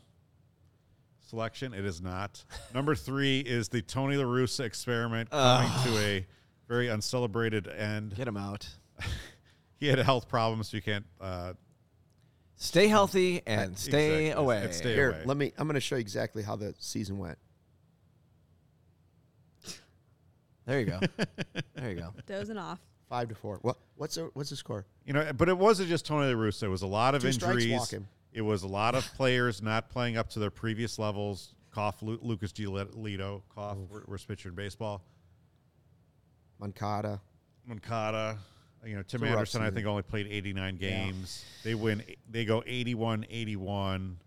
S1: selection. It is not. Number three is the Tony La Russa experiment coming to a very uncelebrated end.
S4: Get him out.
S1: He had health problems. so You can't. Uh,
S4: Stay healthy and stay
S1: Exactly.
S4: away.
S1: And stay
S2: Here,
S1: away.
S2: let me. I'm going to show you exactly how the season went.
S4: There you go. there you go.
S3: Dozing off.
S2: Five to four. What? What's the, what's the score?
S1: you know, but it wasn't just Tony La Russa. It was a lot of
S2: Two strikes,
S1: injuries.
S2: walk him.
S1: It was a lot of players not playing up to their previous levels. Cough, Lu- Lucas Giolito, cough, wor- worst pitcher in baseball.
S2: Moncada.
S1: Moncada, you know, Tim
S2: It's a rough
S1: Anderson, I
S2: season.
S1: think only played 89 games. They win, they go 81 81.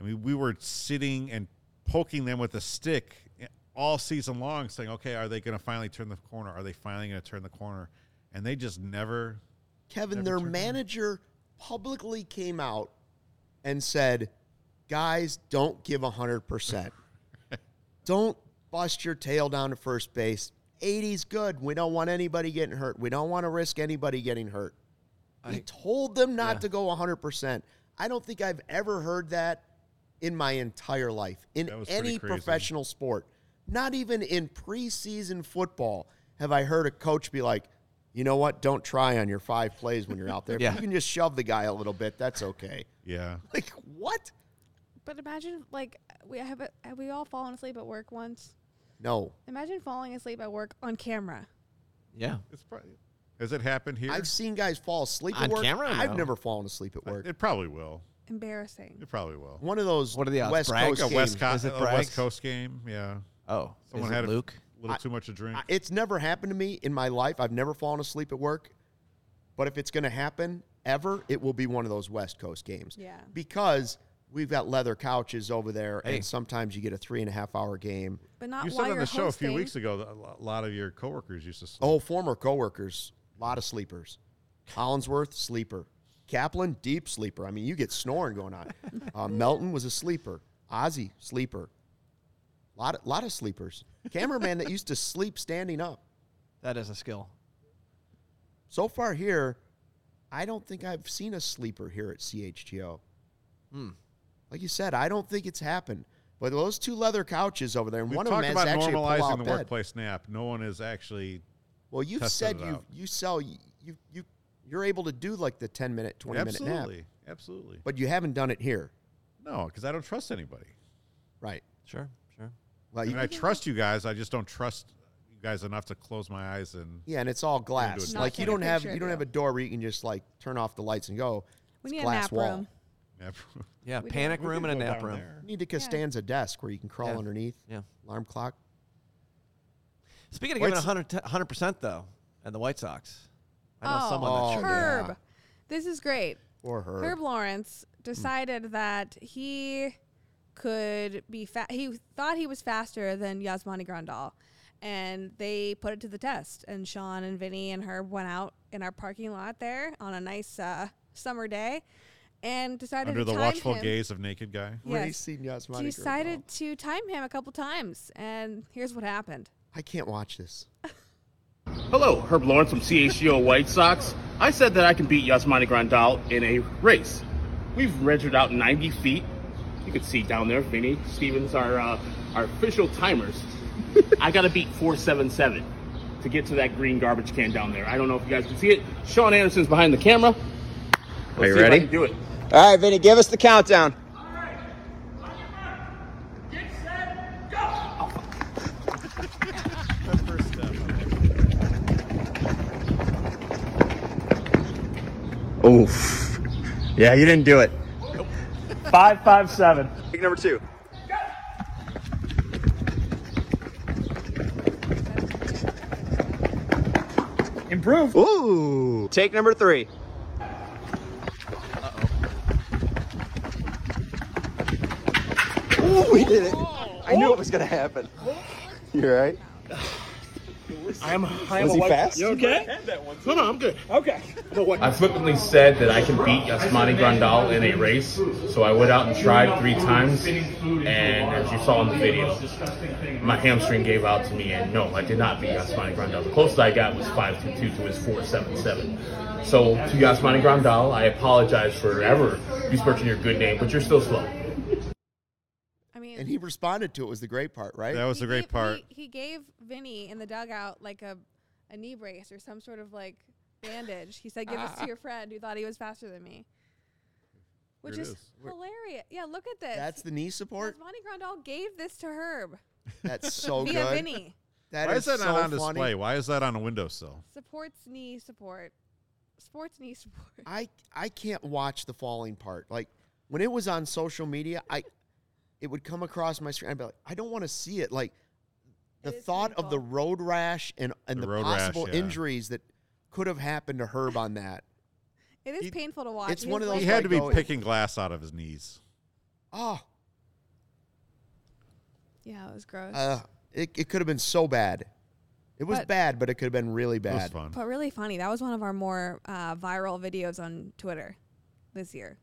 S1: I mean, we were sitting and poking them with a stick all season long, saying, okay, are they going to finally turn the corner? Are they finally going to turn the corner? And they just never.
S2: Kevin, their manager publicly came out and said, guys, don't give 100%. don't bust your tail down to first base. 80's good. We don't want anybody getting hurt. We don't want to risk anybody getting hurt. he told them not to go 100%. I don't think I've ever heard that in my entire life in
S1: That was pretty
S2: any
S1: crazy.
S2: professional sport. Not even in preseason football have I heard a coach be like, you know what? Don't try on your five plays when you're out there. If
S4: Yeah.
S2: You can just shove the guy a little bit. That's okay.
S1: Yeah.
S2: Like, what?
S3: But imagine like we have, have we all fallen asleep at work once.
S2: No.
S3: Imagine falling asleep at work on camera.
S4: Yeah.
S1: It's probably, has it happened here?
S2: I've seen guys fall asleep at
S4: On
S2: work.
S4: camera?
S2: I've
S4: No.
S2: never fallen asleep at work.
S1: it probably will.
S3: Embarrassing.
S1: It probably will.
S2: One of those
S4: What are the odds?
S2: West
S4: Bragg?
S2: Coast
S4: A
S1: A
S2: games.
S1: West, Co-
S4: Is it
S1: a
S4: Braggs?
S1: West Coast game. Yeah.
S4: Oh,
S1: Someone
S4: is it
S1: had
S4: Luke.
S1: a little too much to drink.
S2: I- It's never happened to me in my life. I've never fallen asleep at work. But if it's going to happen ever, it will be one of those West Coast games.
S3: Yeah.
S2: Because we've got leather couches over there,
S4: Hey.
S2: and sometimes you get a three and a half hour game.
S3: But not
S1: you
S3: while
S1: said
S3: you're
S1: on the show a few
S3: hosting.
S1: weeks ago that a lo- lot of your coworkers used to sleep.
S2: Oh, former coworkers, a lot of sleepers. Collinsworth, sleeper. Kaplan, deep sleeper. I mean, you get snoring going on. Uh, Melton was a sleeper. Ozzy, sleeper. Lot of, lot of sleepers. Cameraman that used to sleep standing up.
S4: That is a skill.
S2: so far here, I don't think I've seen a sleeper here at CHGO. Hmm. Like you said, I don't think it's happened. But those two leather couches over there, and
S1: We've
S2: one of them
S1: talked
S2: has
S1: about
S2: actually a
S1: normalizing
S2: pull-out
S1: the
S2: bed.
S1: workplace nap. No one is actually
S2: Well, you've
S1: tested
S2: said
S1: it
S2: you
S1: out.
S2: you sell you you you're able to do like the ten minute, twenty minute
S1: absolutely,
S2: nap,
S1: absolutely.
S2: but you haven't done it here,
S1: No, because I don't trust anybody.
S2: right?
S4: Sure, sure.
S2: Well,
S1: I
S2: you,
S1: mean, I trust you guys. I just don't trust you guys enough to close my eyes and
S2: yeah, and it's all glass.
S1: it.
S3: Not
S2: Like you
S3: take a
S2: don't have
S3: picture
S2: you
S3: of
S2: don't
S3: you.
S2: have a door where you can just like turn off the lights and go.
S3: We
S2: It's
S3: need a
S2: glass
S3: nap
S2: wall.
S3: room.
S1: nap.
S4: Yeah,
S3: We
S4: panic room and a nap room.
S2: You need a Costanza desk where you can crawl
S4: Yeah.
S2: underneath.
S4: Yeah.
S2: Alarm clock.
S4: Speaking of giving
S2: White
S4: 100 100% though, and the White Sox. I know someone that
S2: Oh,
S4: should be.
S3: Herb.
S2: yeah.
S3: This is great.
S2: Or her.
S3: Herb Lawrence decided that he could be fa- he thought he was faster than Yasmani Grandal and they put it to the test and Sean and Vinny and Herb went out in our parking lot there on a nice uh, summer day and decided
S1: under
S3: to
S1: the
S3: time
S1: watchful
S3: him.
S1: gaze of naked guy.
S2: When
S3: Yes.
S2: he's seen Yasmani
S3: decided to time him a couple times and here's what happened.
S2: I can't watch this.
S11: Hello, Herb Lawrence from CHGO White Sox. I said that I can beat Yasmani Grandal in a race. We've measured out 90 feet. You can see down there, Vinny Stevens, our, uh, our official timers. I got to beat 477 to get to that green garbage can down there. I don't know if you guys can see it. Sean Anderson's behind the camera. Let's
S8: you
S11: see if I
S8: ready?
S11: can do it.
S8: All right, Vinny, give us the countdown. Oof. Yeah, you didn't do it.
S11: Five, five, seven.
S8: Pick number two. Improve. Ooh. Take number three.
S12: did it. I knew it was going to happen. You're right.
S11: I am. I am
S12: Was
S11: a
S12: he
S11: white-
S12: fast?
S11: You okay? No, no, I'm good. Okay.
S9: I flippantly said that I can beat Yasmani Grandal in a race, so I went out and tried three times, and as you saw in the video, my hamstring gave out to me, and no, I did not beat Yasmani Grandal. The closest I got was 522 to his 477. So to Yasmani Grandal, I apologize for ever besmirching your good name, but you're still slow.
S2: and he responded to it was the great part, right?
S1: That was the great part.
S3: He gave Vinny in the dugout like a, a knee brace or some sort of like bandage. He said, "Give
S1: Ah.
S3: this to your friend who thought he was faster than me," which
S2: Here it
S3: is,
S2: is. Wait.
S3: hilarious. Yeah, look at this.
S2: That's the knee support.
S3: Monty Grandal gave this to Herb.
S2: That's so
S3: via
S2: good.
S3: Vinny.
S2: That
S1: Why
S2: is
S1: is that
S2: so
S1: not on
S2: funny.
S1: display? Why is that on a windowsill?
S3: Supports knee support. Sports knee support.
S2: I I can't watch the falling part. Like when it was on social media, I it would come across my screen. I'd be like, I don't want to see it. Like the thought of the road rash and and
S1: The
S2: the,
S1: road rash,
S2: possible
S1: yeah.
S2: injuries that could have happened to Herb on that.
S3: It is painful to watch.
S2: it's one of
S3: His
S2: those
S1: He
S3: leg-
S1: had to be
S2: Like, oh,
S1: picking glass out of his knees.
S2: Oh,
S3: Yeah, it was gross.
S2: uh, it it could have been so bad. It was
S3: But-
S2: bad, but it could have been really bad.
S3: But really funny. That was one of our more uh, viral videos on Twitter this year.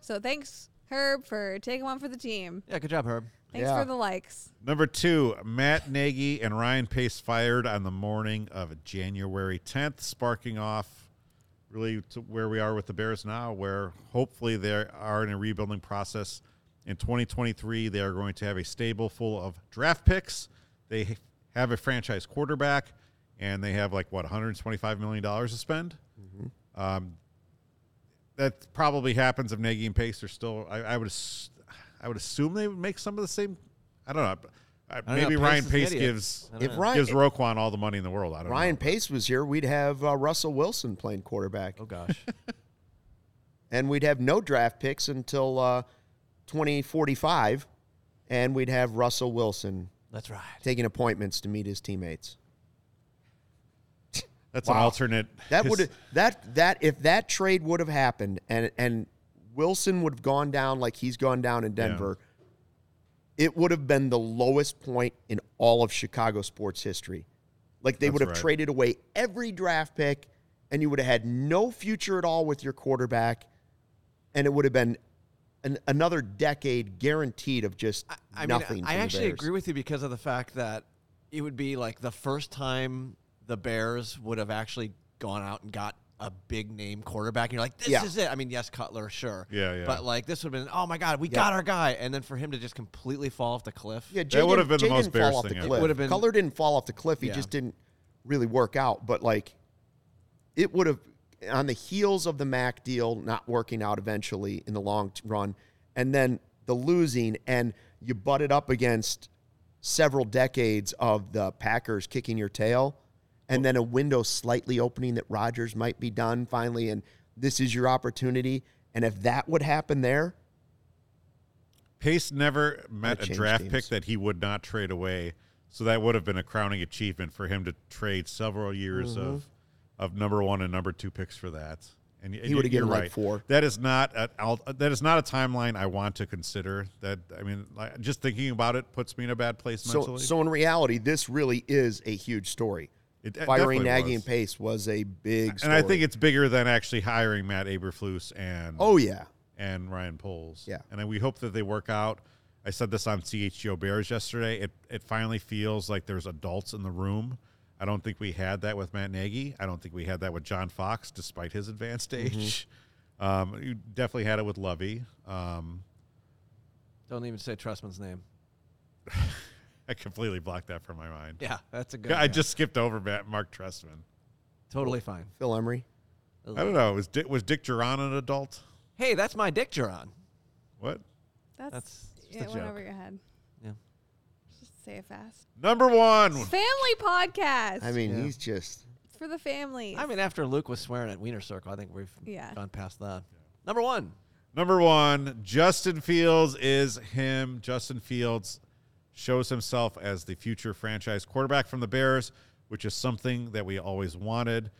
S3: so thanks, Herb, for taking one for the team.
S4: Yeah, good job, Herb.
S3: Thanks
S1: Yeah.
S3: for the likes.
S1: Number two, Matt Nagy and Ryan Pace fired on the morning of January 10th, sparking off really to where we are with the Bears now, where hopefully they are in a rebuilding process. In 2023, they are going to have a stable full of draft picks. They have a franchise quarterback, and they have like, what, $125 million to spend?
S4: Mm-hmm.
S1: Um, that probably happens if Nagy and Pace are still. I, I would, ass- I would assume they would make some of the same. I don't know. I-
S4: don't
S1: maybe
S4: know. Pace
S1: Ryan
S4: is an
S1: Pace
S4: idiot.
S1: gives
S4: I don't
S1: if
S2: If know. Ryan-
S1: gives Roquan all the money in the world. I don't
S2: Ryan Pace was here, we'd have uh, Russell Wilson playing quarterback. Oh
S4: gosh.
S2: and we'd have no draft picks until uh, 2045, and we'd have Russell Wilson.
S4: That's right.
S2: Taking appointments to meet his teammates.
S1: know. That's an
S2: Wow.
S1: alternate.
S2: That
S1: his-
S2: would that that if that trade would have happened and and Wilson would have gone down like he's gone down in Denver, it would have been the lowest point in all of Chicago sports history. Like they
S8: That's
S2: would have
S8: right.
S2: traded away every draft pick and you would have had no future at all with your quarterback and it would have been an, another decade guaranteed of just
S4: I
S2: nothing.
S4: mean,
S2: for
S4: I
S2: the
S4: actually
S2: Bears.
S4: agree with you because of the fact that it would be like the first time the Bears would have actually gone out and got a big name quarterback. And you're like, this
S2: Yeah.
S4: is it. I mean, yes, Cutler, sure.
S1: Yeah, yeah.
S4: But like, this would have been, oh my God, we
S2: Yeah.
S4: got our guy. And then for him to just completely fall off the cliff.
S2: Yeah,
S1: That would have been the most
S2: didn't fall
S1: Bears
S2: off the
S1: thing ever.
S2: cliff.
S4: It would have been-
S2: Color didn't fall off the cliff. He
S4: Yeah.
S2: just didn't really work out. But like, it would have on the heels of the Mac deal not working out eventually in the long t- run, and then the losing, and you butted up against several decades of the Packers kicking your tail, and then a window slightly opening that Rodgers might be done finally, and this is your opportunity. And if that would happen there,
S1: Pace never met a
S2: change
S1: draft
S2: teams.
S1: pick that he would not trade away, so that would have been a crowning achievement for him to trade several years of of number one and number two picks for that. And, and
S2: Mm-hmm. He would have
S1: you're
S2: given, like,
S1: right.
S2: four.
S1: That is not a, I'll- that is not a timeline I want to consider. That I mean, like, just thinking about it puts me in a bad place
S2: So,
S1: mentally.
S2: so in reality, this really is a huge story.
S1: It de-
S2: Firing
S1: definitely
S2: Nagy
S1: was.
S2: and Pace was a big story.
S1: and I think it's bigger than actually hiring Matt Aberflus and
S2: Oh, yeah.
S1: and Ryan Poles.
S2: Yeah.
S1: and we hope that they work out. I said this on CHGO Bears yesterday. It it finally feels like there's adults in the room. I don't think we had that with Matt Nagy. I don't think we had that with John Fox, despite his advanced age. Um, you definitely had it with Lovey. Um,
S4: Don't even say Trustman's name.
S1: I completely blocked that from my mind.
S4: Yeah, that's a good
S1: I
S4: yeah.
S1: just skipped over Matt, Mark Trestman.
S4: Totally fine.
S2: Phil Emery.
S1: I don't know. Was Dick, was Dick Duran an adult?
S4: Hey, that's my dick, Jaron.
S1: What?
S3: That's,
S4: just a
S3: it went
S4: joke.
S3: over your head.
S4: Yeah.
S3: Just say it fast.
S1: Number one.
S3: Family podcast.
S2: I mean, he's just
S3: it's for the family.
S4: I mean, after Luke was swearing at Wiener Circle, I think we've
S3: Yeah.
S4: gone past that. Number one.
S1: Number one, Justin Fields is him. Justin Fields shows himself as the future franchise quarterback from the Bears, which is something that we always wanted.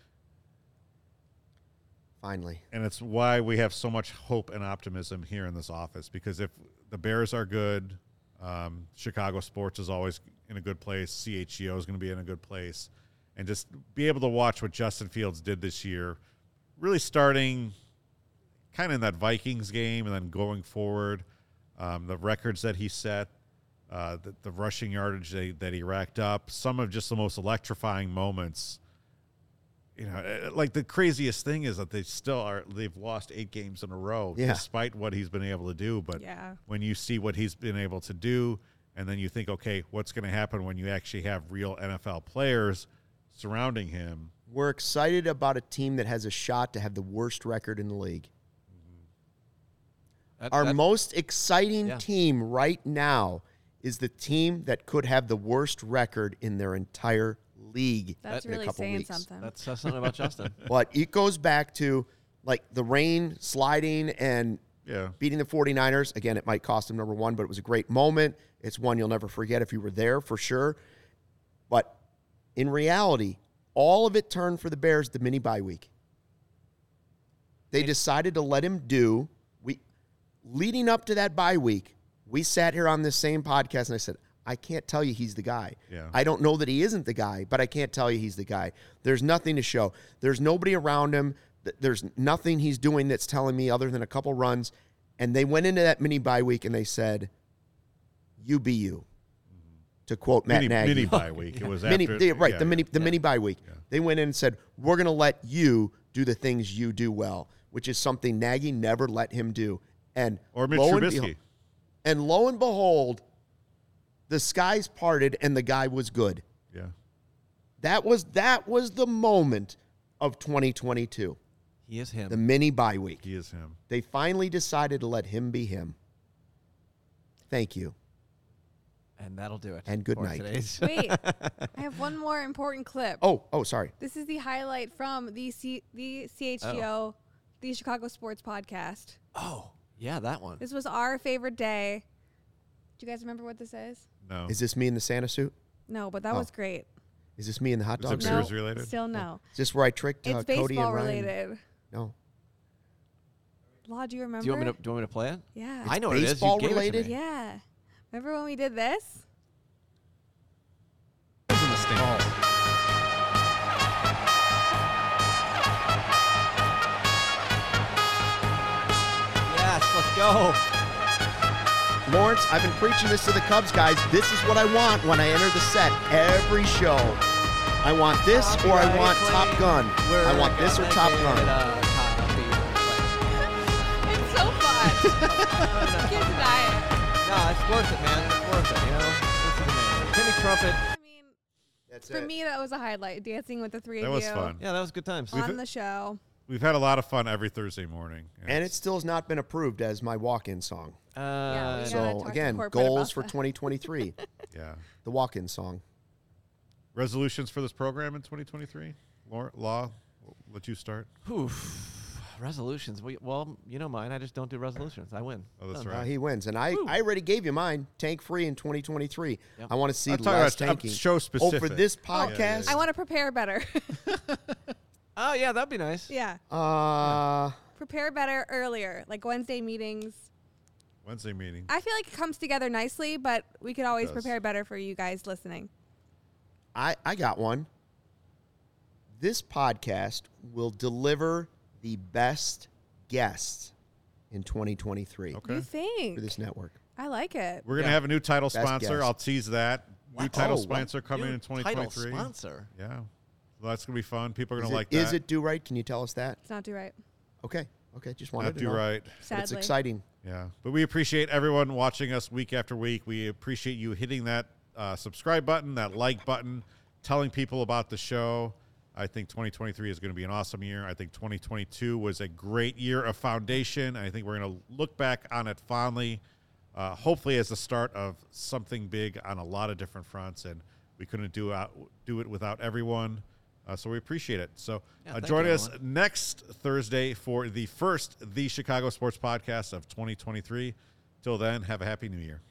S2: finally.
S1: And it's why we have so much hope and optimism here in this office because if the Bears are good, Um, Chicago sports is always in a good place. CHGO is going to be in a good place, and just be able to watch what Justin Fields did this year, really starting kind of in that Vikings game and then going forward, um, the records that he set, uh, the, the rushing yardage that, that he racked up, some of just the most electrifying moments. You know, eh, like the craziest thing is that they still are, they've lost eight games in a row
S2: Yeah.
S1: despite what he's been able to do. But
S3: Yeah.
S1: when you see what he's been able to do, and then you think, okay, what's going to happen when you actually have real NFL players surrounding him?
S2: We're excited about a team that has a shot to have the worst record in the league. Our
S4: that-
S2: most exciting
S4: Yeah.
S2: team right now is the team that could have the worst record in their entire league
S3: That's
S2: in
S3: really
S2: a couple
S3: saying
S2: weeks.
S3: something.
S4: That says something about Justin.
S2: But it goes back to like the rain sliding and
S1: Yeah.
S2: beating the 49ers. Again, it might cost them number one, but it was a great moment. It's one you'll never forget if you were there for sure. But in reality, all of it turned for the Bears the mini bye week. They decided to let him do. We leading up to that bye week, we sat here on this same podcast and I said, I can't tell you he's the guy.
S1: Yeah.
S2: I don't know that he isn't the guy, but I can't tell you he's the guy. There's nothing to show. There's nobody around him. Th- There's nothing he's doing that's telling me other than a couple runs. And they went into that mini bye week and they said, "You be you." To quote Matt
S1: Mm-hmm. Mini-
S2: Nagy,
S1: mini bye week. It was
S2: mini,
S1: after-
S2: the- right.
S1: yeah,
S2: the mini
S1: yeah.
S2: the mini bye week. They went in and said, "We're going to let you do the things you do well," which is something Nagy never let him do. And
S1: Or Mitch
S2: lo and
S1: Trubisky.
S2: behold- and lo and behold, the skies parted and the guy was good.
S1: Yeah.
S2: That was that was the moment of 2022.
S4: He is him.
S2: The mini bye week.
S1: He is him.
S2: They finally decided to let him be him. Thank you.
S4: and that'll do it.
S2: And good
S4: for
S2: night.
S4: today's-
S3: Wait, I have one more important clip.
S2: Oh, oh, sorry.
S3: This is the highlight from the C- the CHGO, the Chicago Sports Podcast.
S4: Oh, yeah, that one.
S3: This was our favorite day. Do you guys remember what this is?
S1: No.
S2: Is this me in the Santa suit?
S3: No, but that
S2: Oh.
S3: was great.
S2: Is this me in the hot
S1: Is
S2: dog
S1: it
S2: suit?
S1: Bears related?
S3: Still no.
S2: Is this where I tricked uh,
S3: It's
S2: Cody and
S3: baseball
S2: Ryan?
S3: related.
S2: No.
S3: Law, do you remember?
S4: Do you want me to? Do you want me to play it?
S3: Yeah.
S4: I know what it is. You
S2: baseball
S4: gave it to
S2: related?
S4: me.
S3: Yeah. Remember when we did this?
S4: It's in the stand. Yes, let's go.
S2: Lawrence, I've been preaching this to the Cubs guys. This is what I want when I enter the set every show. I want this or I want Top Gun. I want this or Top Gun.
S4: uh,
S3: It's so fun. Can't deny it.
S4: No, it's worth it, man. It's worth it. You know, this is amazing. Timmy Trumpet.
S2: That's
S3: For me, that was a highlight. Dancing with the three
S1: That
S3: of
S1: was
S3: you
S1: fun.
S4: Yeah, that was good times.
S3: on the show.
S1: We've had a lot of fun every Thursday morning.
S2: And it still has not been approved as my walk-in song.
S3: Yeah,
S4: Uh,
S3: we gotta
S2: So
S3: talk to
S2: again,
S3: corporate about
S2: goals for
S3: that.
S2: 2023.
S1: yeah.
S2: the walk-in song.
S1: Resolutions for this program in 2023? Law, Law we'll let you start.
S4: Oof. Resolutions. We, well, you know mine. I just don't do resolutions. I win.
S1: Oh, that's
S4: Done.
S2: Uh,
S1: right.
S2: he wins, and I, I already gave you mine. Tank free in 2023. I want to see
S1: I'm
S2: less
S1: talking about- I'm
S2: tanking.
S1: show
S2: Oh, for
S1: specific.
S2: this
S1: Oh,
S2: podcast,
S3: I want to prepare better.
S4: Oh yeah, that'd be nice.
S3: yeah.
S2: uh,
S3: Prepare better earlier, like Wednesday meetings.
S1: Wednesday meeting.
S3: I feel like it comes together nicely, but we could always
S1: does.
S3: prepare better for you guys listening.
S2: I, I got one. This podcast will deliver the best guests in 2023
S3: You
S1: Okay.
S3: think?
S2: for this network.
S3: I like it.
S1: We're going to
S2: Yeah.
S1: have a new title
S2: Best
S1: sponsor.
S2: guess.
S1: I'll tease that. New title
S2: Oh,
S1: sponsor coming
S4: New
S1: in
S4: title
S1: 2023.
S4: sponsor.
S1: Yeah. So that's going to be fun. People are
S2: Is
S1: going
S2: it,
S1: to like
S2: is
S1: that.
S2: it do right? Can you tell us that?
S3: It's not too right.
S2: Okay. Okay. Just wanted
S1: Not
S2: to
S1: do
S2: know.
S1: right.
S2: But it's
S3: Sadly.
S2: exciting.
S1: Yeah. But we appreciate everyone watching us week after week. We appreciate you hitting that uh, subscribe button, that like button, telling people about the show. I think 2023 is going to be an awesome year. I think 2022 was a great year of foundation. I think we're going to look back on it fondly, uh, hopefully, as the start of something big on a lot of different fronts. And we couldn't do, out, do it without everyone. Uh, so we appreciate it. So
S4: Yeah,
S1: uh,
S4: thank
S1: join
S4: you,
S1: us
S4: everyone.
S1: next Thursday for the first The Chicago Sports Podcast of 2023. Till then, have a happy new year.